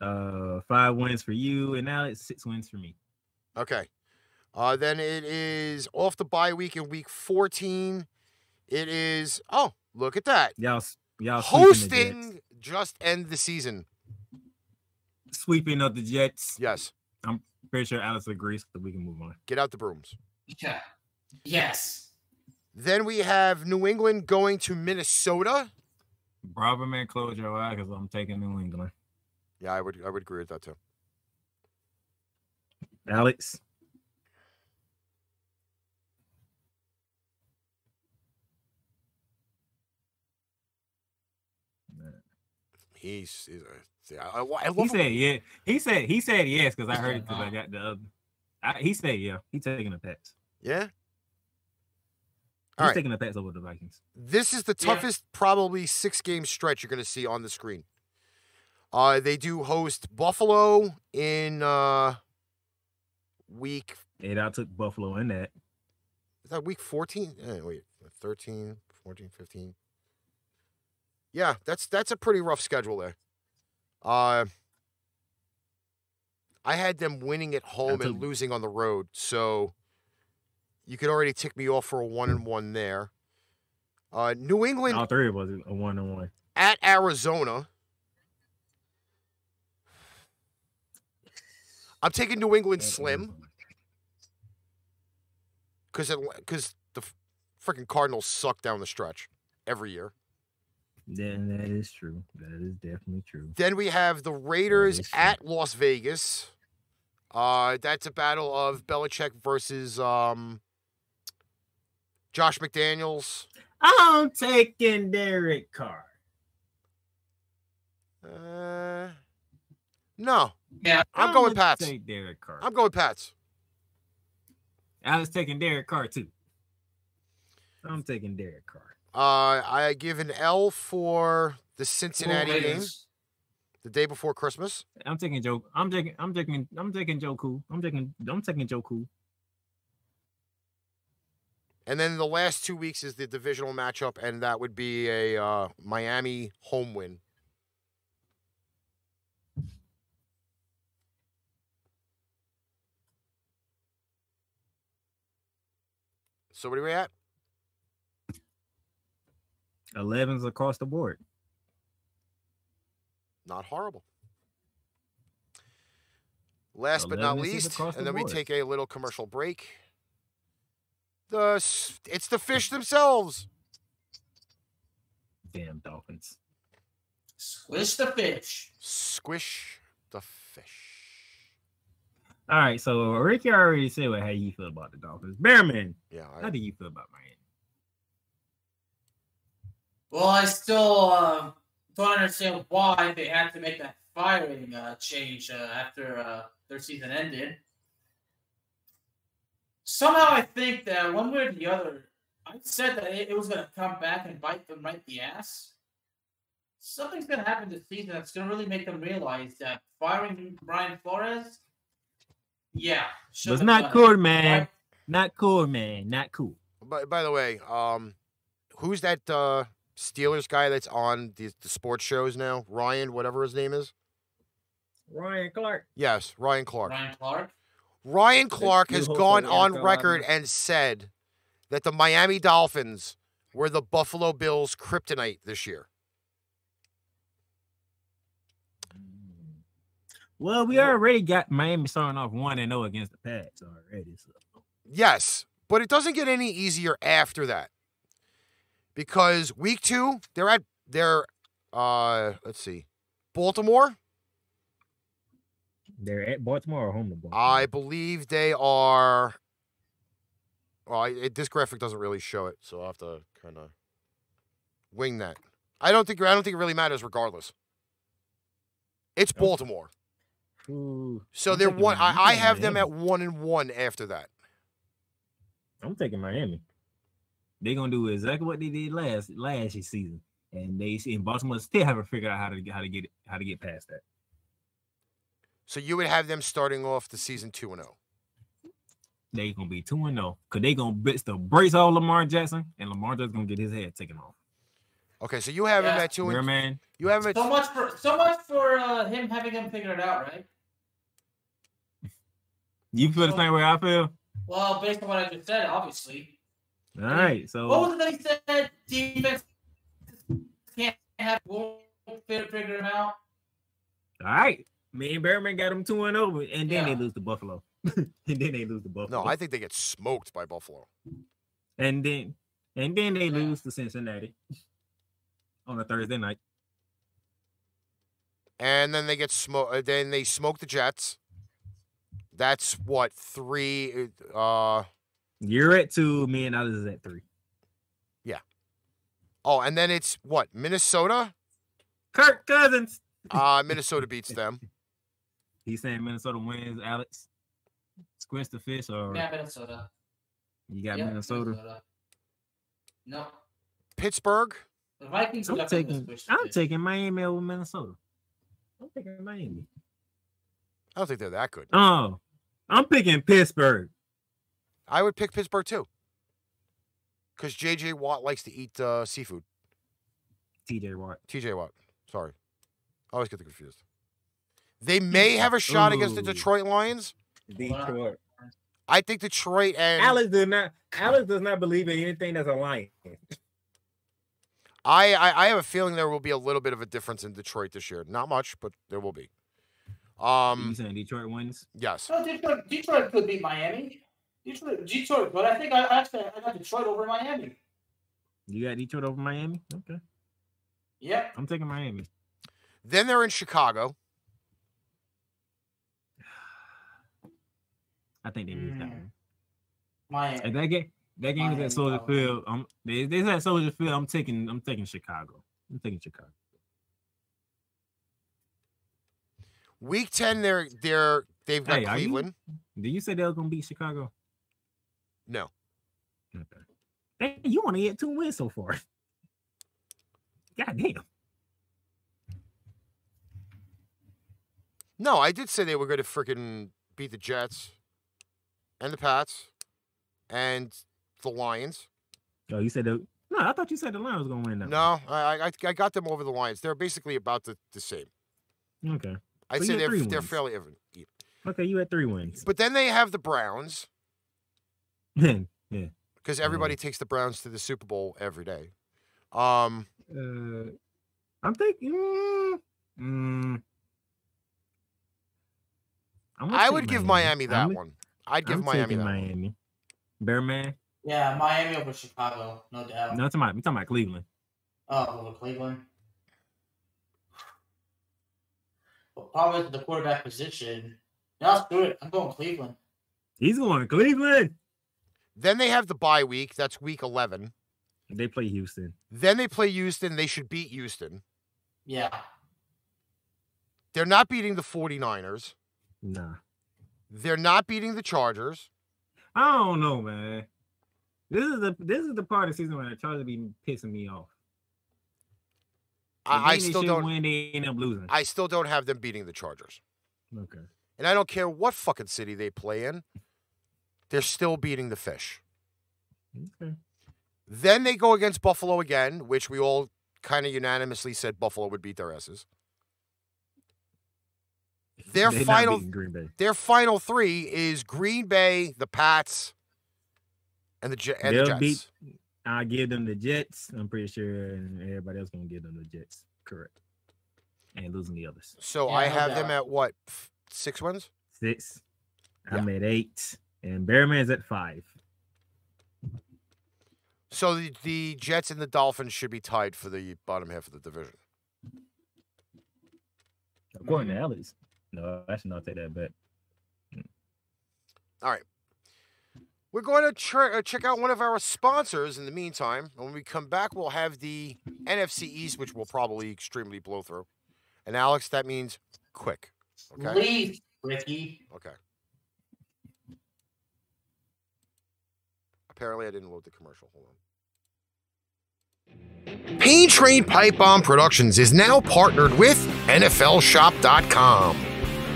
Uh, five wins for you and Alex. Six wins for me.
Okay. Uh, then it is off the bye week in week 14. It is, oh, look at that.
Y'all. s- Y'all sweeping the Jets.
Hosting just end the season.
sweeping of the Jets.
Yes.
Pretty sure Alex agrees, so we can move on.
Get out the brooms.
Yeah. Yes.
Then we have New England going to Minnesota.
Bravo man, close your eye because I'm taking New England.
Yeah, I would I would agree with that too.
Alex.
He's, he's a- see, I, I, I
He
love
said yeah. He said he said yes because I heard it because I got the other. I, he said yeah. He's taking the Pats.
Yeah.
He's
All right.
taking the Pats over the Vikings.
This is the
Yeah.
toughest, probably six game stretch you're going to see on the screen. Uh, they do host Buffalo in uh, week.
And I took Buffalo in that.
Is that week 14? Eh, wait, 13, 14, 15. Yeah, that's that's a pretty rough schedule there. Uh, I had them winning at home and
took-
losing on the road, so you could already tick me off for a one and one there. Uh, New England
All three of us are one on one.
at Arizona. I'm taking New England slim because because the freaking Cardinals suck down the stretch every year.
Then that is true. That is definitely true.
Then we have the Raiders
is true.
at Las Vegas. Uh, that's a battle of Belichick versus um, Josh McDaniels.
I'm taking Derek Carr.
Uh, no,
Yeah.
I'm going
gonna
Pats.
Take Derek Carr.
I'm going Pats.
Alex taking Derek Carr too. I'm taking Derek Carr.
Uh, I give an L for the Cincinnati game
Raiders.
the day before Christmas.
I'm taking Joe. I'm taking. I'm taking. I'm taking Joe Cool. I'm taking. I'm taking Joe Cool.
And then the last two weeks is the divisional matchup, and that would be a uh, Miami home win. So what are we at?
Elevens across the board.
Not horrible. Last but not
11 is
least,
across
and
the
then we
board.
take a little commercial break. The s- it's the fish themselves.
Damn Dolphins.
Squish the fish.
Squish the fish.
All right. So Ricky already said what how you feel about the Dolphins. Bearman,
Yeah, I-
how do you feel about Miami?
Well, I still uh, don't understand why they had to make that firing uh, change uh, after uh, their season ended. Somehow, I think that one way or the other, I said that it, it was going to come back and bite them right in the ass. Something's going to happen this season that's going to really make them realize that firing Brian Flores, yeah, shut
It's
the
not
fuck
cool,
up.
man. Not cool, man. Not cool.
By, by the way, um, who's that uh, Steelers guy that's on the, the sports shows now? Ryan, whatever his name is.
Ryan Clark.
Yes, Ryan Clark.
Brian Clark.
Ryan Clark
you
has
hope
gone
for the
on
NFL
record
lineman.
and said that the Miami Dolphins were the Buffalo Bills' kryptonite this year.
Well, we already got Miami starting off one and zero against the Pats already. So
Yes, but it doesn't get any easier after that. Because week 2, they're at they're uh let's see. Baltimore?
they're at Baltimore or home to Baltimore.
I believe they are. Well, I, it, this graphic doesn't really show it, so I'll have to kind of wing that. I don't think I don't think it really matters, regardless. It's
Okay.
Baltimore,
Ooh,
so
I'm
they're
taking
one. I, I
Miami,
have them
yeah.
at one and one after that.
I'm taking Miami. They're gonna do exactly what they did last last year's season, and they see in Baltimore still haven't figured out how to how to get how to get past that.
So you would have them starting off the season two and oh. zero.
They're gonna be two and zero because they're gonna blitz the brace all Lamar Jackson, and Lamar Jackson's gonna get his head taken off.
Okay, so you have them
Yeah.
at two
You know,
and
man,
you have them
So
at
much for so much for uh, him having them figure it out, right?
you feel the same way I feel.
Well, based on what I just said, obviously.
All right,
What
so
was it that he said? Defense can't have won't fi- figure him out.
all right, me and Bearman got them two and over, and then they
Yeah.
lose to Buffalo, and then they lose to Buffalo.
no. I think they get smoked by Buffalo.
and then and then they
Yeah.
lose to Cincinnati on a Thursday night.
and then they get smoke. Then they smoke the Jets. That's what three. Uh
You're at two, me and others is at three.
oh, and then it's what Minnesota.
Kirk Cousins.
Uh Minnesota beats them.
He's saying Minnesota wins, Alex. Squish the fish, or
Yeah, Minnesota.
you got
Yep,
Minnesota.
No,
Pittsburgh.
the Vikings.
I'm
definitely
taking,
switched
I'm
it.
taking Miami over Minnesota. I'm taking Miami.
I don't think they're that good.
Oh, I'm picking Pittsburgh.
I would pick Pittsburgh too. Because J.J. Watt likes to eat uh, seafood.
TJ Watt.
T.J. Watt. Sorry, I always get them confused. They may have a shot against the
Ooh.
Detroit Lions.
Detroit.
I think Detroit and
Alex does not. Alex does not believe in anything that's a lie.
I, I I have a feeling there will be a little bit of a difference in Detroit this year. Not much, but there will be.
you
Um.
saying Detroit wins?
Yes.
No, Detroit, Detroit could beat Miami. Detroit, Detroit, but I think I actually I got Detroit over Miami.
You got Detroit over Miami? Okay,
Yep.
I'm taking Miami.
Then they're in Chicago.
I think they lose that
Mm.
one. If
Miami.
that game, that game is
Miami
at Soldier
Dolphins.
Field. Um, they they at Soldier Field. I'm taking I'm taking Chicago. I'm taking Chicago.
Week ten, they're they're they've got
Hey, are you-
Cleveland.
Did you say they were gonna beat Chicago?
No.
Okay. Dang, you only get two wins so far. God damn.
No, I did say they were going to freaking beat the Jets and the Pats and the Lions.
Oh, you said the no. I thought you said the Lions was gonna win that.
No, I I, I got them over the Lions. They're basically about the, the same.
one. Okay.
I'd
So
say
you're
they're
three
they're
wins.
fairly even. yeah.
Okay. You had three wins.
But then they have the Browns
uh,
because everybody takes the Browns to the Super Bowl every day. Um,
uh, I'm thinking. Mm, mm. I'm gonna
I
take
would give Miami that
I'm-
one. I'd give
I'm
Miami
taking
that one.
Miami. Bear man.
Yeah, Miami over Chicago, no doubt.
No, I'm talking about, I'm talking about Cleveland.
Oh, over Cleveland. Well, problem is the quarterback position. No, screw it. I'm going Cleveland.
He's going to Cleveland.
Then they have the bye week. That's week eleven.
They play Houston.
Then they play Houston. They should beat Houston.
Yeah.
They're not beating the 49ers.
Nah.
They're not beating the Chargers.
I don't know, man. This is the this is the part of the season where the Chargers be pissing me off. The
I, I
game they
still
should
don't.
win. They end up losing.
I still don't have them beating the Chargers.
okay.
And I don't care what fucking city they play in. They're still beating the fish.
Okay.
Then they go against Buffalo again, which we all kind of unanimously said Buffalo would beat their asses. Their
They not
final
beating Green Bay.
their final three is Green Bay, the Pats, and the, J- and the
They'll
Jets.
beat- I give them the Jets. I'm pretty sure, and everybody else gonna give them the Jets. Correct. And losing the others.
So
Yeah,
I
no
have them
doubt.
at what f- six wins?
Six.
Yeah.
I'm at eight, and Bearman's at five.
So the, the Jets and the Dolphins should be tied for the bottom half of the division.
According to Alex. No, I should not take that bet.
We're going to tr- uh, check out one of our sponsors in the meantime. And when we come back, we'll have the NFC East, which will probably extremely blow through. And Alex, that means quick. Okay.
Leave, Ricky.
Okay. Apparently, I didn't load the commercial. Hold on. Pain Train Pipe Bomb Productions is now partnered with NFLShop.com.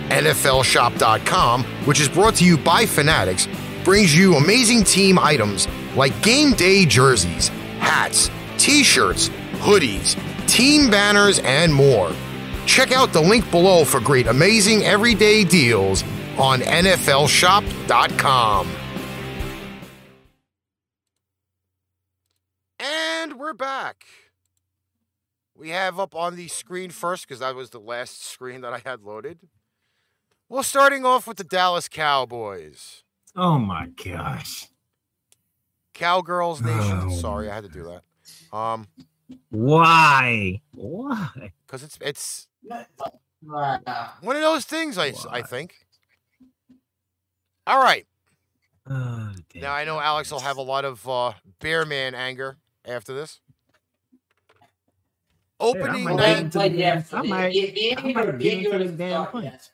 NFLShop.com, which is brought to you by Fanatics, brings you amazing team items like game day jerseys, hats, t shirts, hoodies, team banners, and more. Check out the link below for great, amazing everyday deals on NFLShop.com. And we're back. We have up on the screen first because that was the last screen that I had loaded. Well, starting off with the Dallas Cowboys.
Oh my gosh.
Cowgirls Nation.
Oh.
Sorry, I had to do that. Um,
Why? Why?
because it's it's
Nah.
one of those things. I s- I
Why?
think. All right.
Oh,
Now I know Alex will have a lot of uh, Bear Man anger after this. Opening
might
night.
even
Like,
to
like,
the
yeah,
damn- I might-
if he
I
ain't
might
gonna
beat him
be
to
good
this
as
damn
fuck,
point.
yes.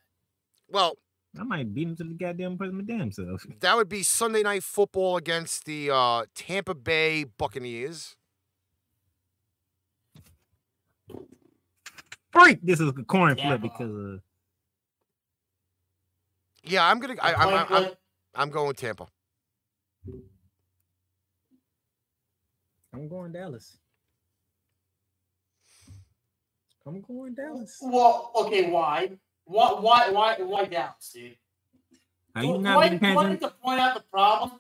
Well,
I might beat him to the goddamn person my damn self.
that would be Sunday night football against the uh, Tampa Bay Buccaneers.
Freak! This is a coin
Yeah.
flip because of
Yeah, I'm gonna. I, I'm, I'm,
Point
I'm,
blank,
I'm going with Tampa.
I'm going Dallas. I'm going Dallas.
Well, okay, why? Why? Why? Why? Why Dallas, dude?
Are
Well,
you
why-
not being
why
patient?
did to point out the problem.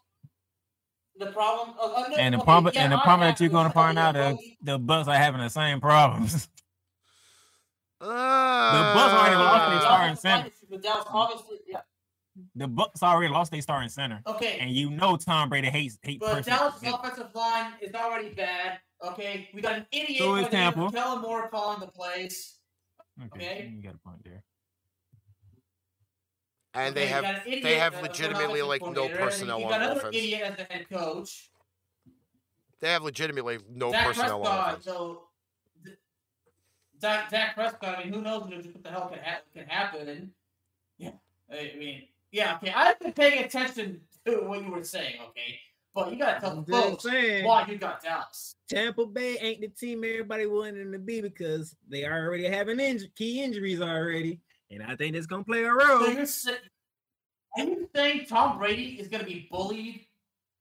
The problem. Of, uh, no,
And the
okay,
problem,
yeah,
and the
I
problem
have
that you're going to point out,
I
uh,
mean, okay,
the Bucks are having the same problems.
Uh,
already lost their
Dallas
starting
is
center.
fine, but Dallas obviously, yeah.
The Bucks already lost their starting center,
Okay,
and you know Tom Brady hates hate
but
person.
Dallas' offensive line is already bad. Okay, we got an idiot.
So is
by the name of
Tampa.
Kellen Moore calling the plays.
Okay,
okay.
you got a point there.
and they
Okay, you
have
got an idiot
they have
as an
legitimately,
offensive
like, no
coordinator, and
personnel
you
on
got another
offense.
Idiot as the head coach.
they have legitimately no
Dak
personnel on
Prescott.
offense.
So, th- Dak, Dak Prescott. I mean, who knows what the hell can, ha- can happen? And yeah, I mean, yeah. Okay, I've been paying attention to what you were saying. Okay, but you gotta tell the folks
saying,
why you got Dallas.
Tampa Bay ain't the team everybody wanted them to be because they already having inj- key injuries already, and I think it's gonna play a
So
role.
you're saying, are you saying Tom Brady is gonna be bullied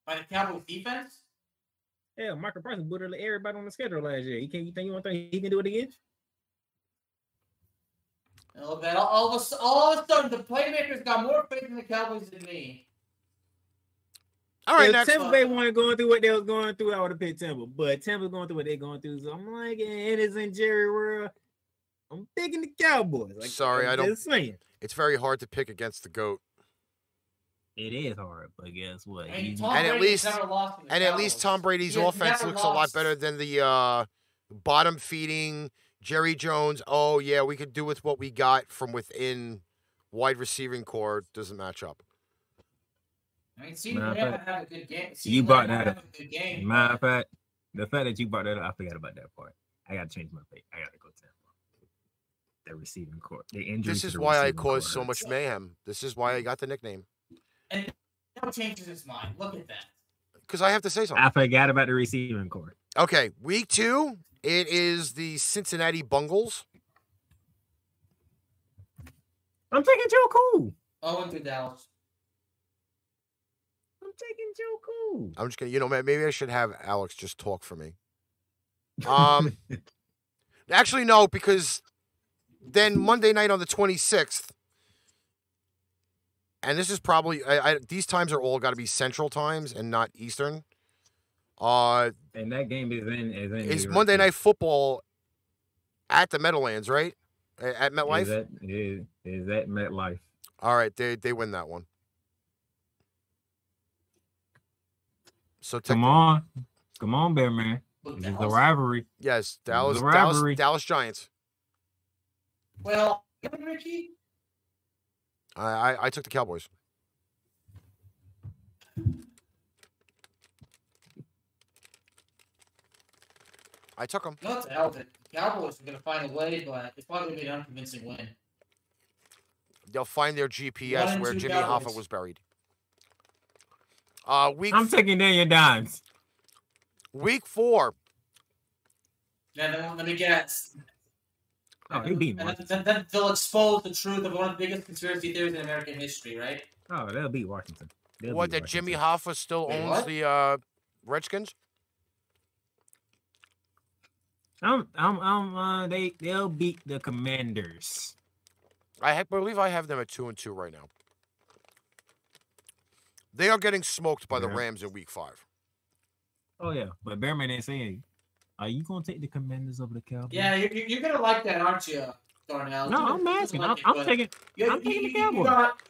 by the Cowboys defense?
Yeah, Michael Parsons bullied everybody on the schedule last year. You can't. You think you want to think he can do it again?
Oh, that all, all of a s- all of a sudden the playmakers got more faith in the Cowboys than me.
All right,
if
next.
Tampa Bay wanted going through what they was going through, I would have picked Tampa. But Tampa's going through what they're going through. So I'm like, it is in Jerry World. I'm picking the Cowboys. Like,
Sorry,
I'm
I don't-
Just saying.
It's very hard to pick against the goat,
It is hard, but guess what?
I mean,
You-
Tom
And at
Brady's
least-
never lost to the
and at least
Cowboys.
Tom Brady's
He has
offense
never
looks a lot
lost.
better than the uh, bottom feeding Jerry Jones. Oh yeah, we could do with what we got from within. Wide receiving core doesn't match up.
I mean, CD
Matter of
Lamb had a good game. CD
you brought
Lamb
that
had
up.
a Good game.
Matter of fact, the fact that you brought that up, I forgot about that part. I gotta change my pick. I gotta go Tampa. The receiving court. The injury.
This
to
is
the
why I
receiving corps
caused so
hurts.
much mayhem. This is why I got the nickname
and now changes his mind. Look at that.
because I have to say something.
I forgot about the receiving court.
Okay, week two. It is the Cincinnati Bungles.
I'm taking Joe Cool.
Owen to Dallas.
I'm taking Joe Cool.
I'm just gonna, you know, ma- maybe I should have Alex just talk for me. Um, actually, no, because then Monday night on the 26th, and this is probably I, I, these times are all got to be Central times and not Eastern. Uh,
And that game is in. Is in
it's
Europe,
Monday
yeah.
Night Football at the Meadowlands, right? A- At MetLife.
Is that, is, is that MetLife?
All right, they they win that one. So tech-
Come on, come on, Bear Man.
Look,
This is the
Dallas-
rivalry.
yes, Dallas,
a
Dallas,
rivalry.
Dallas Giants.
Well, Ricky,
I, I I took the Cowboys. I took them.
what the hell? The Cowboys are going to find a way, but it's probably going to be an unconvincing win.
They'll find their GPS
and
where
two
Jimmy
Cowboys.
Hoffa was buried. Uh, week
I'm taking Daniel Dimes.
week four.
Now, then, let me guess.
Oh, he beat
And
Washington.
then, then- then they'll expose the truth of one of the biggest conspiracy theories in American history, right?
Oh, they'll beat Washington. They'll
What
beat
that Jimmy
Washington.
Hoffa still
Wait,
owns
what?
the uh, Redskins?
I'm, I'm, I'm. Uh, they, they'll beat the Commanders.
I ha- believe I have them at two and two right now. They are getting smoked by the
Yeah.
Rams in week five.
Oh yeah, but Bearman ain't saying. Are you gonna take the Commanders over the Cowboys?
Yeah, you, you- you're going to like that, aren't you, Darnell?
No,
You're
I'm
gonna
asking.
like
I'm,
it,
I'm
but-
taking.
You-
I'm
you-
taking the
you- you
Cowboys.
got-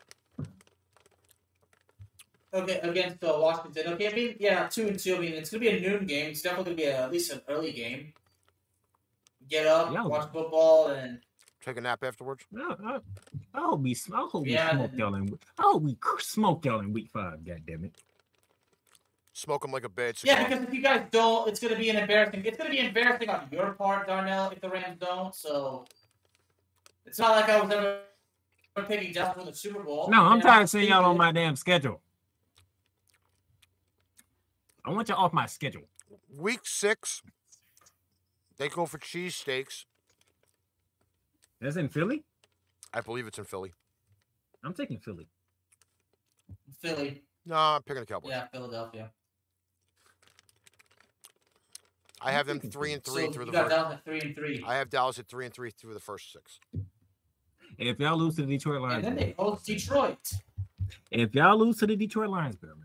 Okay, against uh, Washington. Okay, I mean, yeah, two and two. I mean, it's gonna be a noon game. It's definitely gonna be a, at least an early game. Get up,
Yeah.
watch football, and
Take a nap afterwards.
No, I, I hope we. sm- I hope
Yeah,
we smoke y'all in. I hope we cr- smoke y'all in week five. God damn it.
Smoke them like a bad cigar.
yeah, because if you guys don't, it's gonna be an embarrassing. It's gonna be embarrassing on your part, Darnell, if the Rams don't. So it's not like I was ever picking Dallas for the Super Bowl.
No, I'm
And
tired of seeing y'all on
stupid.
my damn schedule. I want y'all off my schedule.
week six, they go for cheesesteaks.
That's in Philly.
I believe it's in Philly.
I'm taking Philly.
Philly.
No, I'm picking the Cowboys.
Yeah, Philadelphia.
I have them
Thinking
three and
So
three through
you
the
got
first.
Dallas at three and three.
I have Dallas at three and three through the first six.
If y'all lose to the Detroit Lions,
And then
Bear-
they host Detroit.
if y'all lose to the Detroit Lions, Bear, man,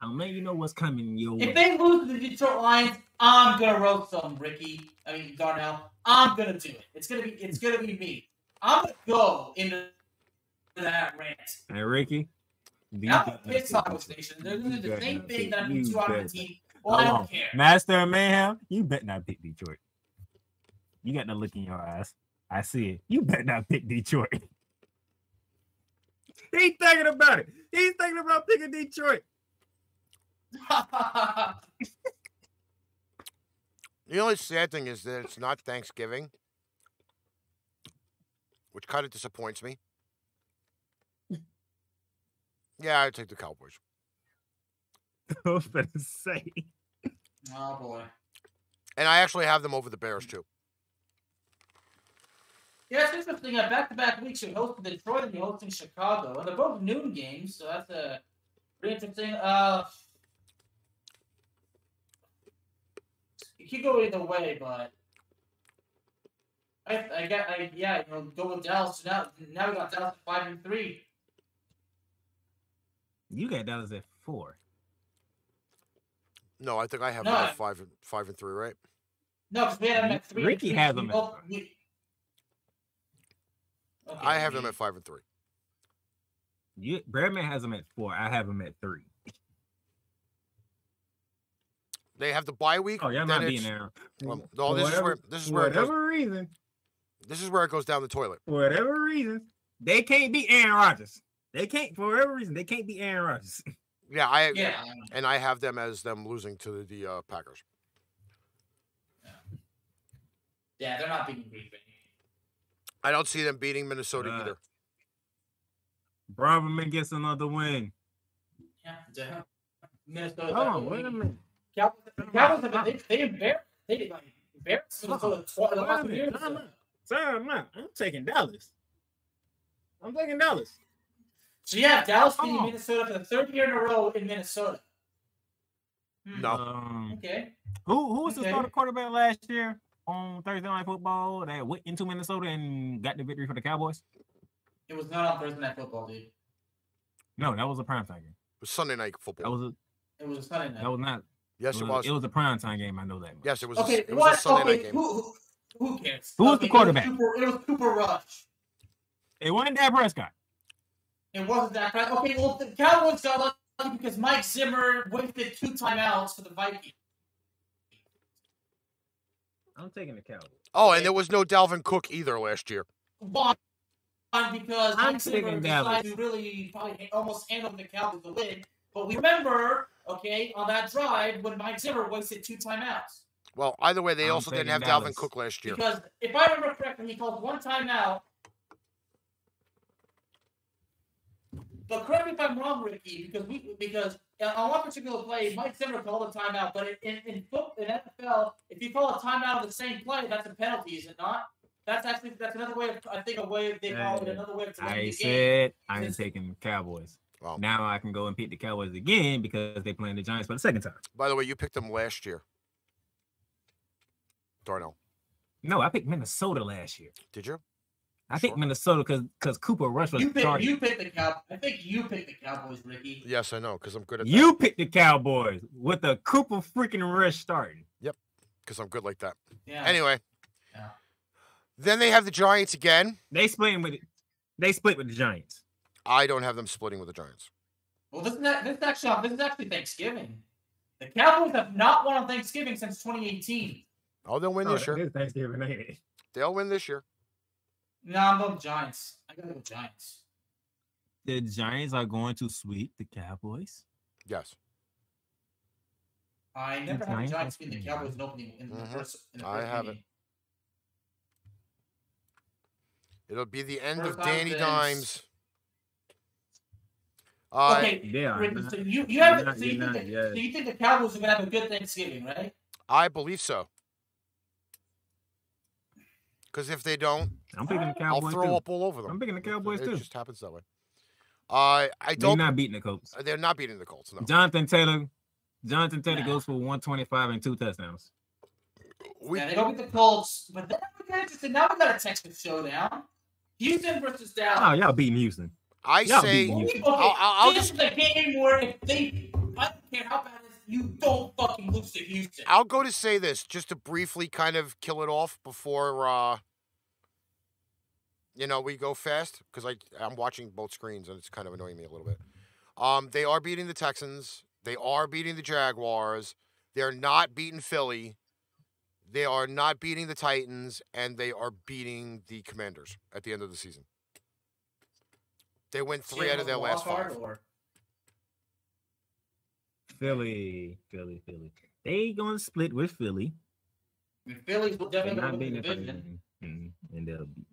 I'll let you know what's coming your way.
If they lose to the Detroit Lions, I'm gonna roast them, Ricky. I mean Darnell. I'm gonna do it. It's gonna be it's gonna be me. I'm gonna go into that rant.
Hey, Ricky. you
Now
better-
I'm pissed off with station. They're gonna do
you
the same
better-
thing that I'm
you
two out
better-
of the team. Well, I
Hold
don't
on.
care.
Master of Mayhem, you bet not pick Detroit. You got the look in your eyes. I see it. You bet not pick Detroit. He's thinking about it. He's thinking about picking Detroit.
The only sad thing is that it's not Thanksgiving, which kind of disappoints me. Yeah, I take the Cowboys.
I was gonna say.
oh boy.
And I actually have them over the Bears too.
Yeah, it's interesting. Uh, back-to-back weeks, you're hosting Detroit and you're hosting Chicago, and they're both noon games, so that's a pretty interesting. Uh, you could go either way, but I, I got, I, yeah, you know, go with Dallas. So now, now we got Dallas at five and three.
You got dollars at four.
No, I think I have
No,
them at
I-
five and five and three, right?
No, because we had them at three. and
Ricky
three,
has
so we
them at
both-
five.
we- Okay,
I have them
mean,
at five and three.
You Bradman has him at four. I have him at three.
They have the bye week.
Oh, y'all
then
might be
it's-
in there.
well, no, this is where this is where it goes,
whatever reason,
this is where it goes down the toilet.
for whatever reason, they can't beat Aaron Rodgers. They can't for whatever reason, they can't beat Aaron Rodgers.
Yeah, I
Yeah,
and I have them as them losing to the uh, Packers.
yeah, they're not beating Green Bay.
I don't see them beating Minnesota
Uh,
either.
Braverman gets another win.
Yeah, yeah. Minnesota.
Hold on, wait a minute.
Cowboys, the
Time
Cowboys
out,
have been, they, they embarrassed. They like, embarrassed them for the, tw- the
Wait a
last
minute,
year.
time out. Time out. I'm taking Dallas. I'm taking Dallas.
So yeah, Dallas
Come
beating
on.
Minnesota for the third year in a row in Minnesota. Hmm,
No.
Um,
Okay.
who who was the
Okay.
starter quarterback last year on Thursday Night Football that went into Minnesota and got the victory for the Cowboys?
It was not on Thursday Night Football, dude.
No, that was a prime time game.
was Sunday night
That
football.
was a,
It was a Sunday night.
that was not.
yes, it
it,
was.
was, it was a prime time game. I know that. Much.
yes, it was.
okay,
a, it was a
what?
Sunday
okay,
night game.
who, who, who cares?
Who was
Okay,
the quarterback?
It was, Cooper, it was Cooper Rush.
It wasn't Dak Prescott.
It wasn't that bad. Okay, well, the Cowboys got lucky because Mike Zimmer wasted two timeouts for the Vikings.
I'm taking the Cowboys.
Oh, and there was no Dalvin Cook either last year.
One, because
I'm
Mike
taking
Zimmer
Dallas.
decided to really probably almost handle the Cowboys to win. But we remember, okay, on that drive when Mike Zimmer wasted two timeouts.
Well, either way, they
I'm
also didn't
taking
have Dalvin
Dallas.
Cook last year.
Because if I remember correctly, he called one timeout. But correct me if I'm wrong, Ricky, because we because uh, on one particular play, Mike Zimmer called a timeout. But in in, in, foot, in NFL, if you call a timeout on the same play, that's a penalty, is it not? That's actually that's another way. Of, I think a way of, they call it
Hey,
another way of winning
I
the game.
said I ain't
Just-
taking the Cowboys.
Well,
Now I can go and pick the Cowboys again because they playing the Giants for the second time.
by the way, you picked them last year. Darnell,
No, I picked Minnesota last year.
did you?
I
Sure.
picked Minnesota because because Cooper Rush was
You pick,
starting.
you pick the Cowboys. I think you pick the Cowboys, Ricky.
Yes, I know, because I'm good at that.
You picked the Cowboys with a Cooper freaking Rush starting.
Because I'm good like that.
Yeah.
Anyway.
Yeah.
Then they have the Giants again.
They split with they split with the Giants.
I don't have them splitting with the Giants.
Well, this is not, this is actually this is actually Thanksgiving. The Cowboys have not won on Thanksgiving since 2018.
Oh, they'll win
Oh,
this year.
it is Thanksgiving, ain't it?
They'll win this year.
No, I'm going Giants. I gotta go Giants.
The Giants are going to sweep the Cowboys.
Yes.
I never
The
had the
Giants
Giants
must
beat the
be
Cowboys in opening in the
Mhm.
first. In the
I
first
haven't.
meeting.
It'll be the end
First
of
time
Danny
since-
Dimes. Uh,
okay,
They are
Rick,
not-
so you you
you're
have
not-
so, you
you're
think
not,
the,
yes.
so you think the Cowboys are gonna have a good Thanksgiving, right?
I believe so. Because if they don't,
I'm picking the
I'll
Cowboys.
throw
too.
up all over them.
I'm picking the
It- it-
Cowboys,
it,
too.
just happens that way. Uh, I
They're
don't.
not beating the Colts.
they're not beating the Colts. No,
Jonathan Taylor. Jonathan Taylor
Nah.
goes for 125 and two touchdowns.
we,
yeah, they go beat the Colts, but then we got interested. Now we got a Texas showdown. Houston versus
Oh,
Dallas.
y'all beating Houston.
I
y'all
say
beating Houston.
Okay,
I'll- I'll- I'll
this is a game where if they, I don't care how bad it is, you don't fucking lose to Houston.
I'll go to say this just to briefly kind of kill it off before uh, you know we go fast because I I'm watching both screens and it's kind of annoying me a little bit. Um, they are beating the Texans. They are beating the Jaguars. They're not beating Philly. They are not beating the Titans, and they are beating the Commanders at the end of the season. They win three out of their last
Wild card
five.
or-
Philly, Philly, Philly. They gonna split with Philly.
I mean, Philly's
They're
definitely
not
going to win
beating
the
the Philly.
division.
Mhm. And they'll beat.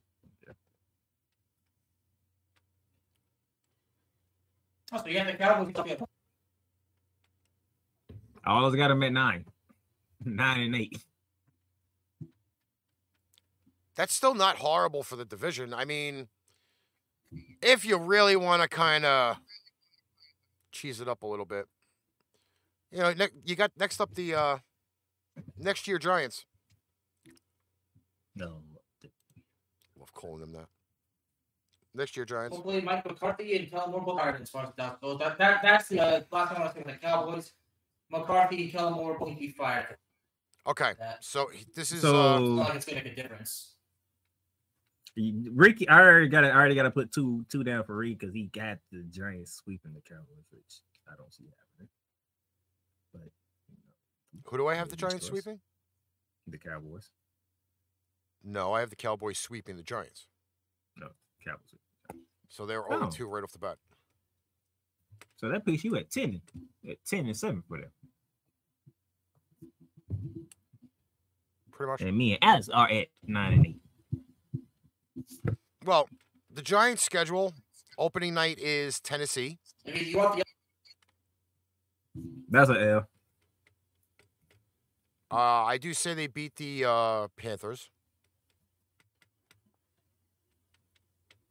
Oh, so you have the Cowboys up here.
All those got them at nine, nine and eight.
That's still not horrible for the division. I mean, if you really want to kind of cheese it up a little bit, you know, ne- you got next up the uh, next year Giants.
No,
Love calling them that. Next year Giants.
Hopefully, Mike McCarthy and Kellen Moore both hired as far as that goes. That, that, that's the uh, last time I was thinking the Cowboys. McCarthy and Kellen Moore both be fired.
Okay,
That.
so he- this is uh,
It's
so
not like it's going to make a difference.
Ricky, I already got to, I already got to put two, two down for Reed because he got the Giants sweeping the Cowboys, which I don't see happening. But you know,
who do I have the
Ravens
Giants
first.
sweeping?
the Cowboys,
No, I have the Cowboys sweeping the Giants.
Cowboys.
So they're only
Oh.
two right off the bat.
So that puts you at ten, at ten and seven for them.
Pretty much.
And me and Alex are at nine and eight.
Well, the Giants schedule opening night is Tennessee.
I mean, you want the
That's an L.
Uh, I do say they beat the uh, Panthers.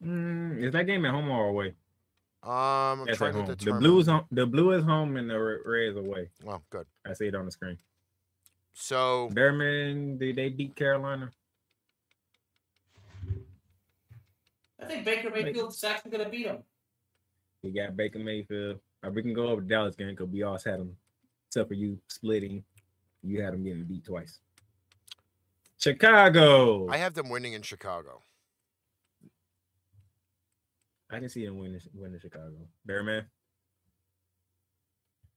Mm, is that game at home or away?
Um, I'm
That's
trying
at
to
home. The
determine.
blues home. The blue is home and the re- red is away.
Oh, good.
I see it on the screen.
So
Bearman, did they beat Carolina?
I think Baker Mayfield's actually going to beat him.
We got Baker Mayfield. Uh, we can go over the Dallas game because we always had them, except for you splitting. You had them getting beat twice. Chicago.
I have them winning in Chicago.
I can see them winning winning Chicago. Bear man.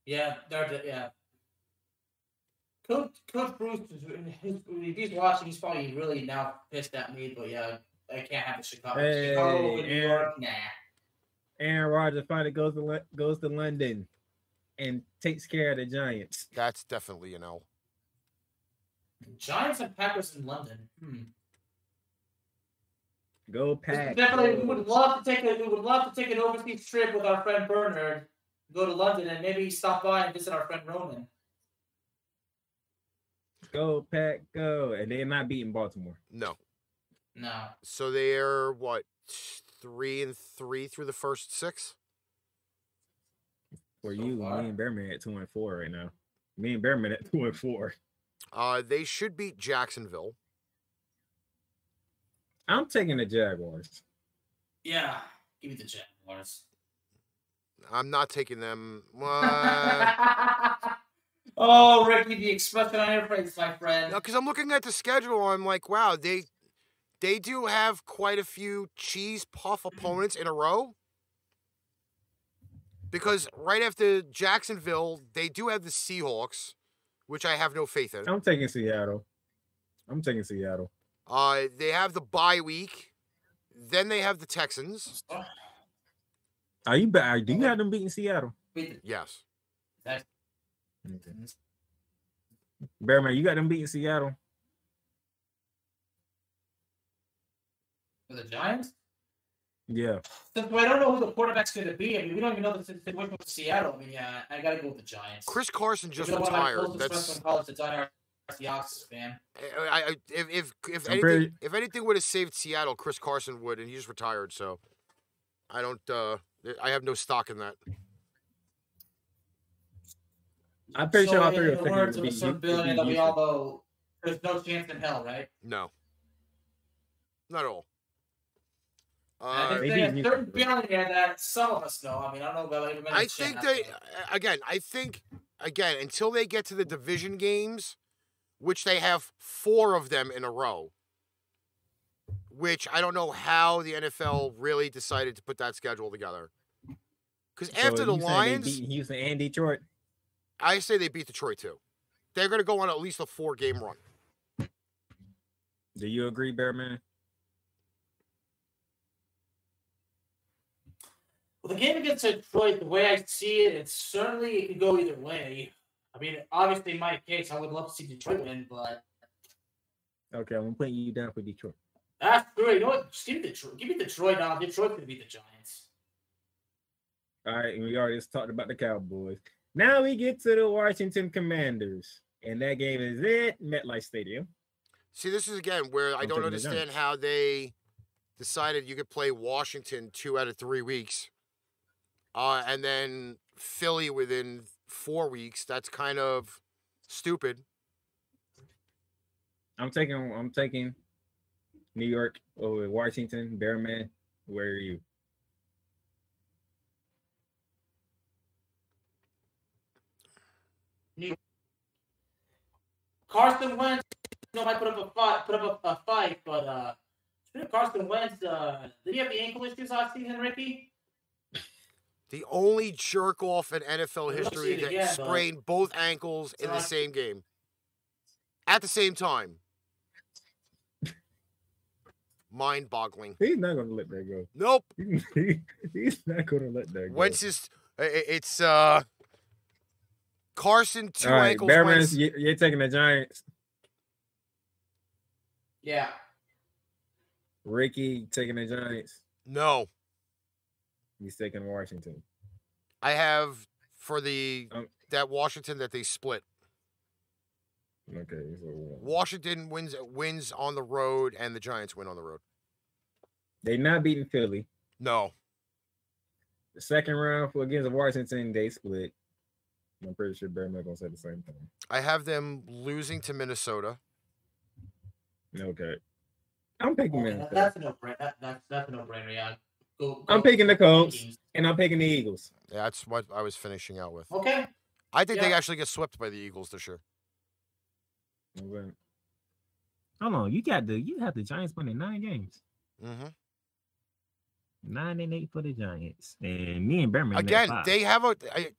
Yeah, they're the- yeah. Coach Coach Bruce is his, if he's watching. He's probably really now pissed at me. But yeah, I can't have the Chicago.
Hey,
Chicago over New
Aaron.
York, nah.
Aaron Rodgers finally goes to Lon- goes to London and takes care of the Giants.
That's definitely an L.
Giants and Packers in London. Hmm.
Go
This is
pack.
Definitely, we
go.
would love to take a we would love to take an overseas trip with our friend Bernard, go to London, and maybe stop by and visit our friend Roman.
Go pack. Go. And they're not beating Baltimore.
No.
No,
So they're what three and three through the first six?
For
So
you,
far.
me and Bearman at two and four right now. Me and Bearman at two and four.
Uh, they should beat Jacksonville.
I'm taking the Jaguars.
yeah, give me the Jaguars.
I'm not taking them. Uh,
oh, Ricky, the expression on your face, my friend.
because I'm looking at the schedule. I'm like, wow, they they do have quite a few cheese puff opponents in a row. Because right after Jacksonville, they do have the Seahawks, which I have no faith in.
I'm taking Seattle. I'm taking Seattle.
Uh, they have the bye week. Then they have the Texans.
Are you back? Do you have them beating Seattle?
Beat
Yes.
the
Okay.
Texans.
Bearman, you got them beating Seattle.
For the Giants?
Yeah.
Since I don't know who the quarterback's going to be, I mean, we don't even know the situation with Seattle. I mean, yeah, I got to go with the Giants.
Chris Carson just
They're one of my
retired.
closest friends
That's
from college that's on our Seahawks fan.
I, I, I- if if if
I'm
anything,
very-
if anything would have saved Seattle, Chris Carson would, and he just retired. So I don't. Uh, I have no stock in that.
I'm pretty sure all three
in
are
the
taking
words
to
of a
beat Houston-
certain billionaire
beat
that we
Houston.
all know, there's no chance in hell, right?
No, not at all.
I
Uh,
think
they
there's
beat
a certain
Houston.
billionaire that some of us know. I mean, I don't know about everybody.
I
that's
think
checking out
they
there.
again. I think again until they get to the division games, which they have four of them in a row. Which I don't know how the NFL really decided to put that schedule together. Because
So
after the
you saying they
Lions,
beating Houston and Detroit.
I say they beat Detroit too. They're going to go on at least a four game run.
Do you agree, Bearman?
Well, the game against Detroit, the way I see it, it's certainly it could go either way. I mean, obviously, in my case, I would love to see Detroit win, but
Okay, I'm putting you down for Detroit.
that's true. You know what? Just give me Detroit. Give me Detroit now. Detroit could beat the Giants.
All right, and we already talked about the Cowboys. Now we get to the Washington Commanders, and that game is at MetLife Stadium.
See, this is again where I don't
I'm taking the
understand
Giants.
how they decided you could play Washington two out of three weeks, uh, and then Philly within four weeks. That's kind of stupid.
I'm taking, I'm taking New York over Washington. Bearman, where are you?
Carson Wentz, you know, might put up a fight, put up a, a fight, but uh, speaking of Carson Wentz, uh, did he have the ankle issues last season, Ricky?
The only jerk off in NFL
We'll see
history
it
that
again, but-
sprained both ankles in the
Sorry.
same game at the same time. Mind boggling.
He's not gonna let that go.
Nope.
He's not gonna let that go.
Wentz is i- i- it's uh Carson two
All right,
ankles.
Bearman,
Wentz-
you- you're taking the Giants.
Yeah.
Ricky taking the Giants.
No,
He's taking Washington.
I have for the
Um,
that Washington that they split.
Okay, so
Washington wins wins on the road, and the Giants win on the road.
they not beating Philly.
No,
The second round for against Washington, they split. I'm pretty sure Bearman gonna say the same thing.
I have them losing to Minnesota.
Okay. I'm picking
Okay, that-
Minnesota.
Oh, that's a no brainer. That, that's that's a no brainer. Yeah. go,
I'm
go-
picking the Colts. and I'm picking the Eagles.
Yeah, that's what I was finishing out with.
Okay.
I think they
Oh, yeah.
actually get swept by the Eagles this year.
Hold on, you got the you have the Giants winning nine games,
hmm
nine and eight for the Giants, and me and Berman
Again, they have a. I,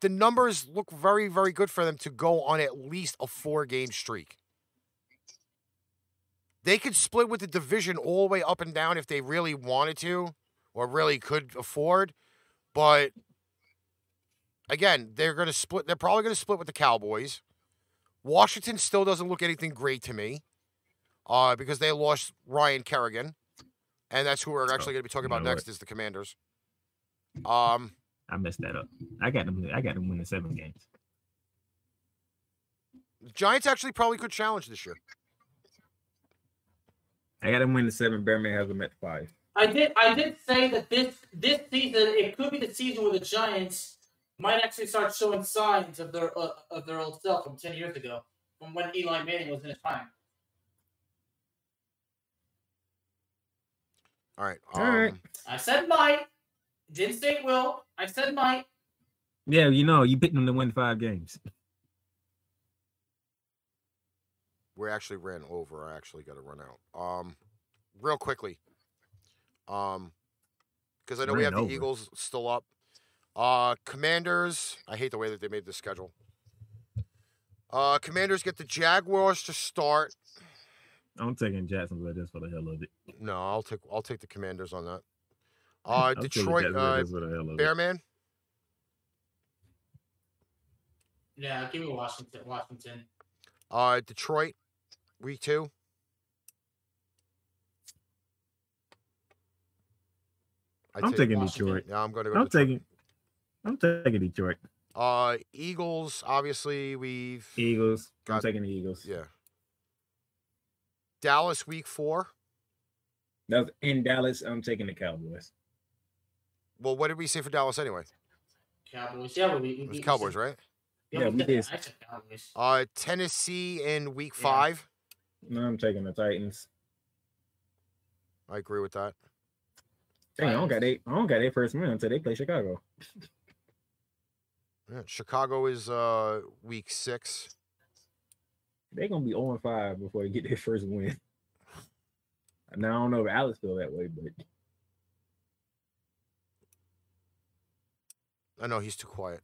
the numbers look very, very good for them to go on at least a four game streak. They could split with the division all the way up and down if they really wanted to or really could afford. But again, they're going to split. They're probably going to split with the Cowboys. Washington still doesn't look anything great to me uh, because they lost Ryan Kerrigan. And that's who we're actually going to be talking about
my word.
next is the Commanders. Um,
I messed that up. I got them. I got them winning seven games.
Giants actually probably could challenge this year.
I got them winning seven. Berman has them at five.
I did I did say that this this season it could be the season where the Giants might actually start showing signs of their uh, of their old self from ten years ago, from when Eli Manning was in his prime.
All right. Um,
All right.
I said might, didn't say will. I said might.
Yeah, you know, you picked them to win five games.
We actually ran over. I actually got to run out. Um, real quickly. Um, because I know we
Ran
have
over.
the Eagles still up. Uh, Commanders. I hate the way that they made the schedule. Uh, Commanders get the Jaguars to start.
I'm taking Jacksonville just for the hell of it.
No, I'll take I'll take the Commanders on that. Uh,
I'm taking
Detroit.
Jacksonville
Uh,
just for the hell of it.
Bearman.
Yeah, give me Washington. Washington.
Uh, Detroit. Week two. I
I'm
take-
taking
Washington.
Detroit.
Yeah, I'm going to go.
I'm
Detroit.
taking. I'm taking Detroit
Uh, Eagles. Obviously, we've
Eagles. I'm
Got-
taking the Eagles.
yeah. Dallas week four.
That's in Dallas. I'm taking the Cowboys.
Well, what did we say for Dallas anyway?
Cowboys. Yeah, we, we,
It
we
was Cowboys, right?
Yeah, we
we
did.
did. I said Cowboys.
Uh, Tennessee in week
Yeah.
five.
No, I'm taking the Titans.
I agree with that.
Dang, I don't got they. I don't got their first win until they play Chicago.
Yeah, Chicago is uh week six.
They're gonna be 0 and five before they get their first win. Now I don't know if Alice feel that way, but
I know he's too quiet.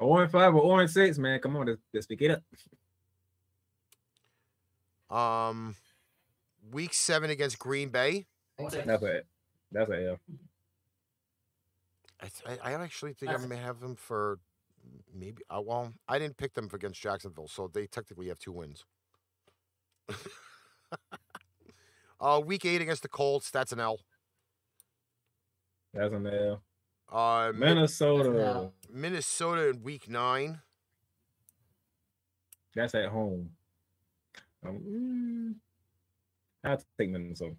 0 and five or 0 and six, man. Come on, let's, let's pick it up.
Um, week seven against Green Bay.
I said-
That's a that's a L.
I, th- I I actually think I
That's-
may have them for maybe. Uh, well, I didn't pick them for against Jacksonville, so they technically have two wins. uh, week eight against the Colts, that's an L.
That's an L.
Uh, Mi-
Minnesota.
no.
Minnesota in week nine.
That's at home. Um, mm, I'll take Minnesota.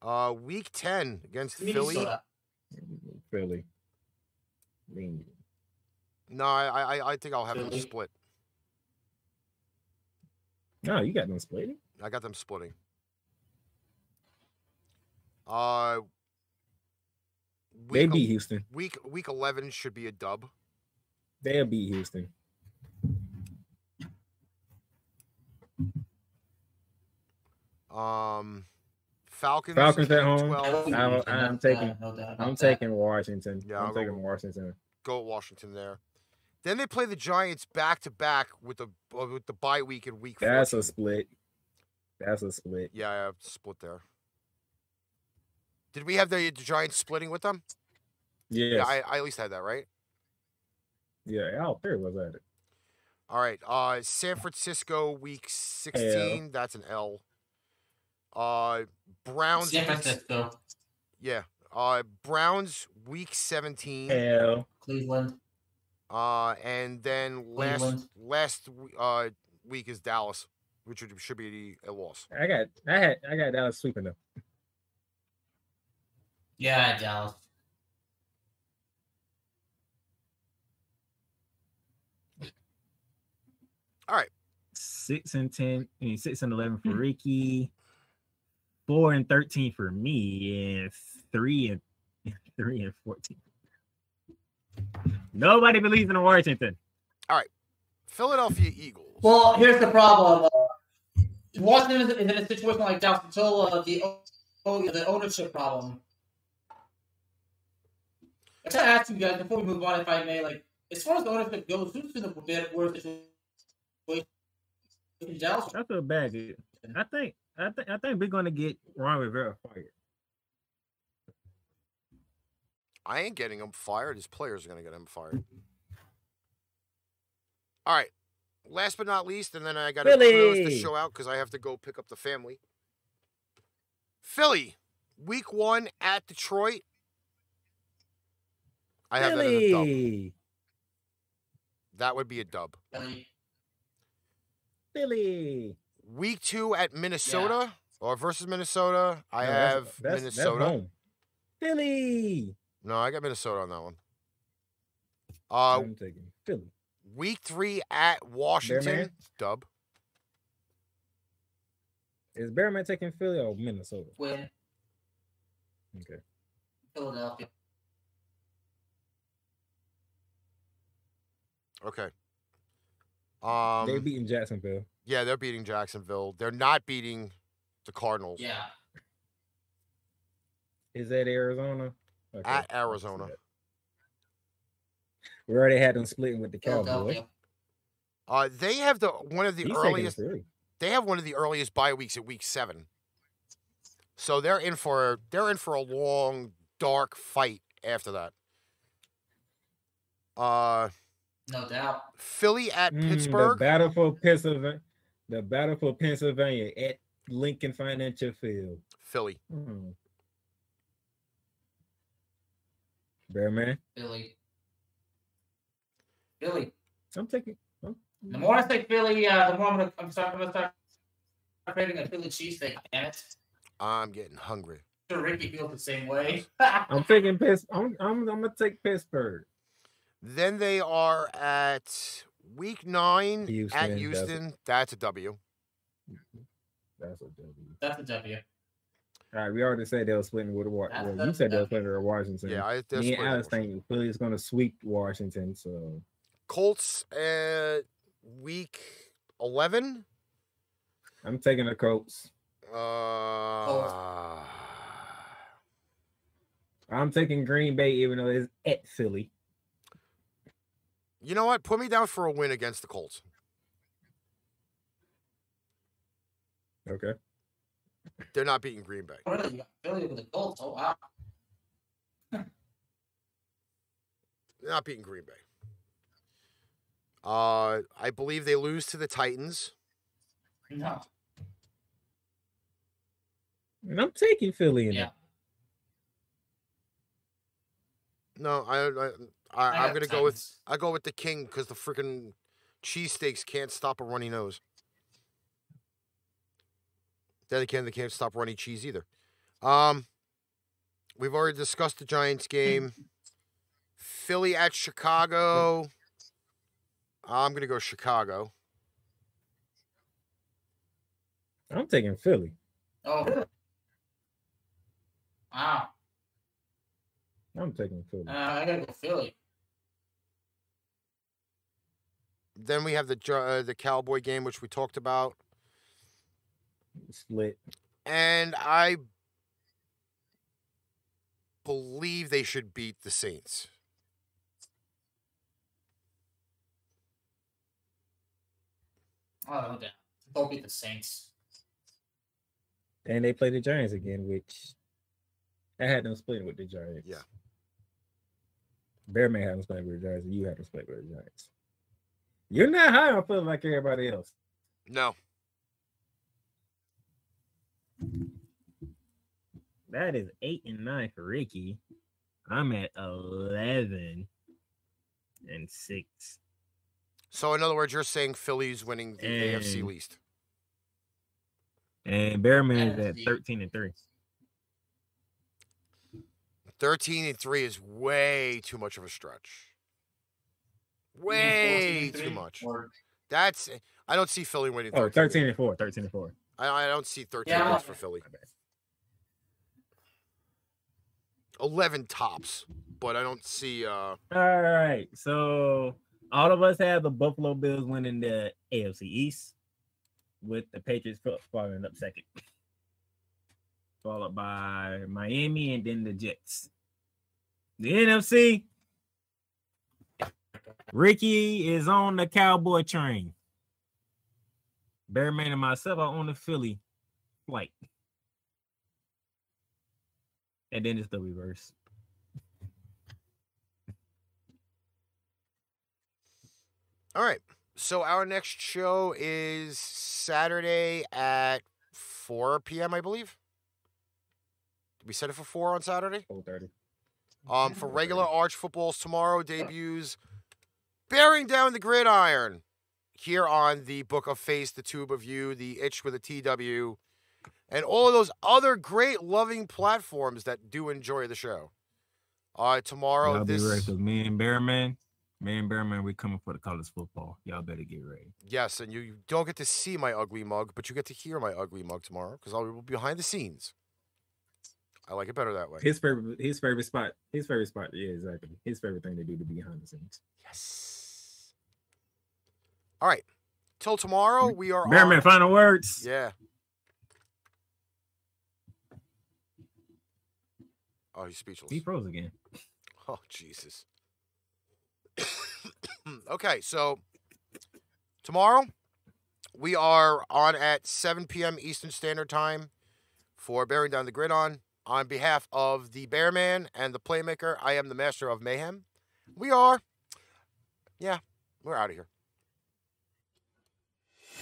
Uh, week ten against Philly.
Minnesota.
Philly. I mean,
No, I I, I- I think I'll have them
Philly.
split.
No, you got them splitting.
I got them splitting. Uh,
They
week, el-
beat Houston.
week week eleven should be a dub.
They'll beat Houston.
Um, Falcons.
Falcons at
in
home.
12.
I'm- I'm
Yeah,
taking-
no doubt about
I'm
that.
taking Washington.
Yeah, I'll
I'm
go
taking Washington.
Go Washington there. Then they play the Giants back to back with the uh, with the bye week in week.
That's
14.
a split. That's a split.
yeah, yeah, split there. Did we have the Giants splitting with them?
Yes.
Yeah, I, I at least had that right.
Yeah, Al Perry was at it.
All right. Uh, San Francisco week sixteen. That's an L. Uh, Browns.
San
against-
Francisco,
yeah. Uh, Browns week seventeen.
Hell,
Cleveland.
Uh, and then last
Cleveland.
last w- uh week is Dallas, which should, should be a loss.
I got, I had, I got Dallas sweeping them.
Yeah, Dallas.
Mm. Six and ten, I mean, six and eleven for Ricky. four and thirteen for me, and three and three and fourteen. Nobody believes in Washington.
Philadelphia Eagles.
Well, here's the problem. Uh, Washington is is in a situation like Dallas until uh, the o- o- the ownership problem. I gotta ask you guys before we move on, if I may, like as far as the ownership goes, who's in the bit worst situation? Dallas.
I feel bad, dude. I think I think I think we're gonna get Ron Rivera fired.
I ain't getting him fired. His players are going to get him fired. All right. Last but not least, and then I got to close the
Philly.
show out because I have to go pick up the family. Philly, week one at Detroit. I have that in a dub.
Philly,
That would be a dub.
Really?
Philly.
Week two at Minnesota or versus Minnesota. I
No, that's-
have
that's- that's
Minnesota.
home. Philly.
no, I got Minnesota on that one. Uh,
I'm taking Philly.
week three at Washington. Dub.
Is Bearman taking Philly or Minnesota?
Win
Okay.
Philadelphia.
Okay. Um,
they beating Jacksonville.
Yeah, they're beating Jacksonville. They're not beating the Cardinals.
Yeah.
Is that Arizona? Okay, I
At
can see
Arizona.
that. We already had them splitting with the Cowboys.
Philadelphia.
Uh, they have the one of the
He's taking
earliest.
Philly.
They have one of the earliest bye weeks at week seven. So they're in for they're in for a long dark fight after that. Uh,
No doubt.
Philly at
Mm,
Pittsburgh.
The battle for Pennsylvania. The battle for Pennsylvania at Lincoln Financial Field.
Philly.
Hmm. Bearman,
Philly. Philly.
I'm taking.
The more I say Philly, uh, the more I'm gonna, I'm sorry, I'm gonna start craving a Philly cheesesteak. Damn it.
I'm getting hungry.
Sure, Ricky feels the same way.
I'm taking Pitts. I'm, I'm. I'm gonna take Pittsburgh.
Then they are at week nine
Houston,
at
that's-
Houston. That's a W.
That's a W.
That's a W.
All right, we already said they were splitting with
That's
Washington.
a
Well, you said they were
W.
splitting with Washington.
Yeah, I, that's
Me
what
and
it was.
Alex think Philly's gonna sweep Washington. So
Colts at week eleven.
I'm taking the Colts.
Uh,
I'm taking Green Bay, even though it's at Philly.
you know what? Put me down for a win against the Colts.
Okay.
They're not beating Green Bay.
Really, you got Philly with the Colts. Oh wow.
They're not beating Green Bay. Uh, I believe they lose to the Titans.
No.
And I'm taking Philly in
Yeah.
it.
No, I, I, I I'm gonna
got
go with
Titans.
I go with the King because the freaking cheesesteaks can't stop a runny nose. Then again, they can't stop runny cheese either. Um, we've already discussed the Giants game. Philly at Chicago. I'm gonna go Chicago.
I'm taking Philly.
Oh. Really? Wow.
I'm taking Philly.
Uh, I gotta go Philly.
Then we have the Gi- uh, the Cowboy game, which we talked about,
Split.
and I believe they should beat the Saints.
Oh no doubt. They'll beat the Saints.
And they play the Giants again, which I had them splitting with the Giants.
Yeah.
Bearman had them splitting with the Giants, and you had them splitting with the Giants. You're not high on Philly like everybody else.
No,
That is eight and nine for Ricky. I'm at eleven and six.
So in other words, you're saying Philly's winning the AFC
And-
least.
And Bearman is at
NFC.
thirteen and three.
Thirteen and three is way too much of a stretch. Way too much.
Or-
That's I don't see Philly winning.
Oh,
13.
13 and four. 13 and four.
I, I don't see thirteen
Yeah.
wins for Philly. eleven tops, but I don't see. Uh,
All right. So all of us have the Buffalo Bills winning the AFC East with the Patriots fa- following up second. Followed by Miami and then the Jets. The NFC. Ricky is on the cowboy train. Bearman and myself are on the Philly flight. And then it's the reverse.
all right, so our next show is Saturday at four p.m. I believe. Did we set it for four on Saturday?
4:30.
Um, for regular Arch footballs tomorrow debuts, bearing down the gridiron here on the Book of Face, the Tube of You, the Itch with a TW, and all of those other great loving platforms that do enjoy the show. Uh, tomorrow
Y'all
this
be ready because me and Bearman, me and Bearman, we coming for the college football. Y'all better get ready.
yes, and you, you don't get to see my ugly mug, but you get to hear my ugly mug tomorrow because I'll be behind the scenes. I like it better that way.
His favorite, his favorite spot, his favorite spot. Yeah, exactly. His favorite thing to do to be behind the scenes.
Yes. All right. Till tomorrow, we are on.
Bearman, final words.
Yeah. Oh, he's speechless.
He froze again.
Oh, Jesus. okay, so tomorrow we are on at 7 p.m. Eastern Standard Time for Bearing Down the Grid on. On behalf of the Bearman and the Playmaker, I am the Master of Mayhem. We are. Yeah, we're out of here.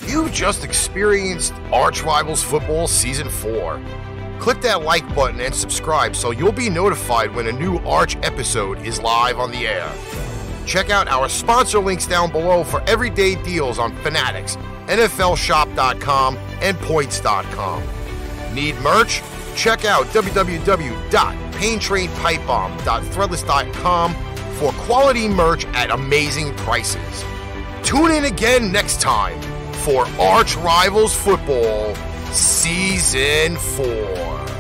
You just experienced Arch Rivals Football Season 4. Click that like button and subscribe so you'll be notified when a new Arch episode is live on the air. Check out our sponsor links down below for everyday deals on Fanatics, NFLShop.com, and Points.com. Need merch? Check out www.paintrainpipebomb.threadless.com for quality merch at amazing prices. Tune in again next time for Arch Rivals Football Season 4.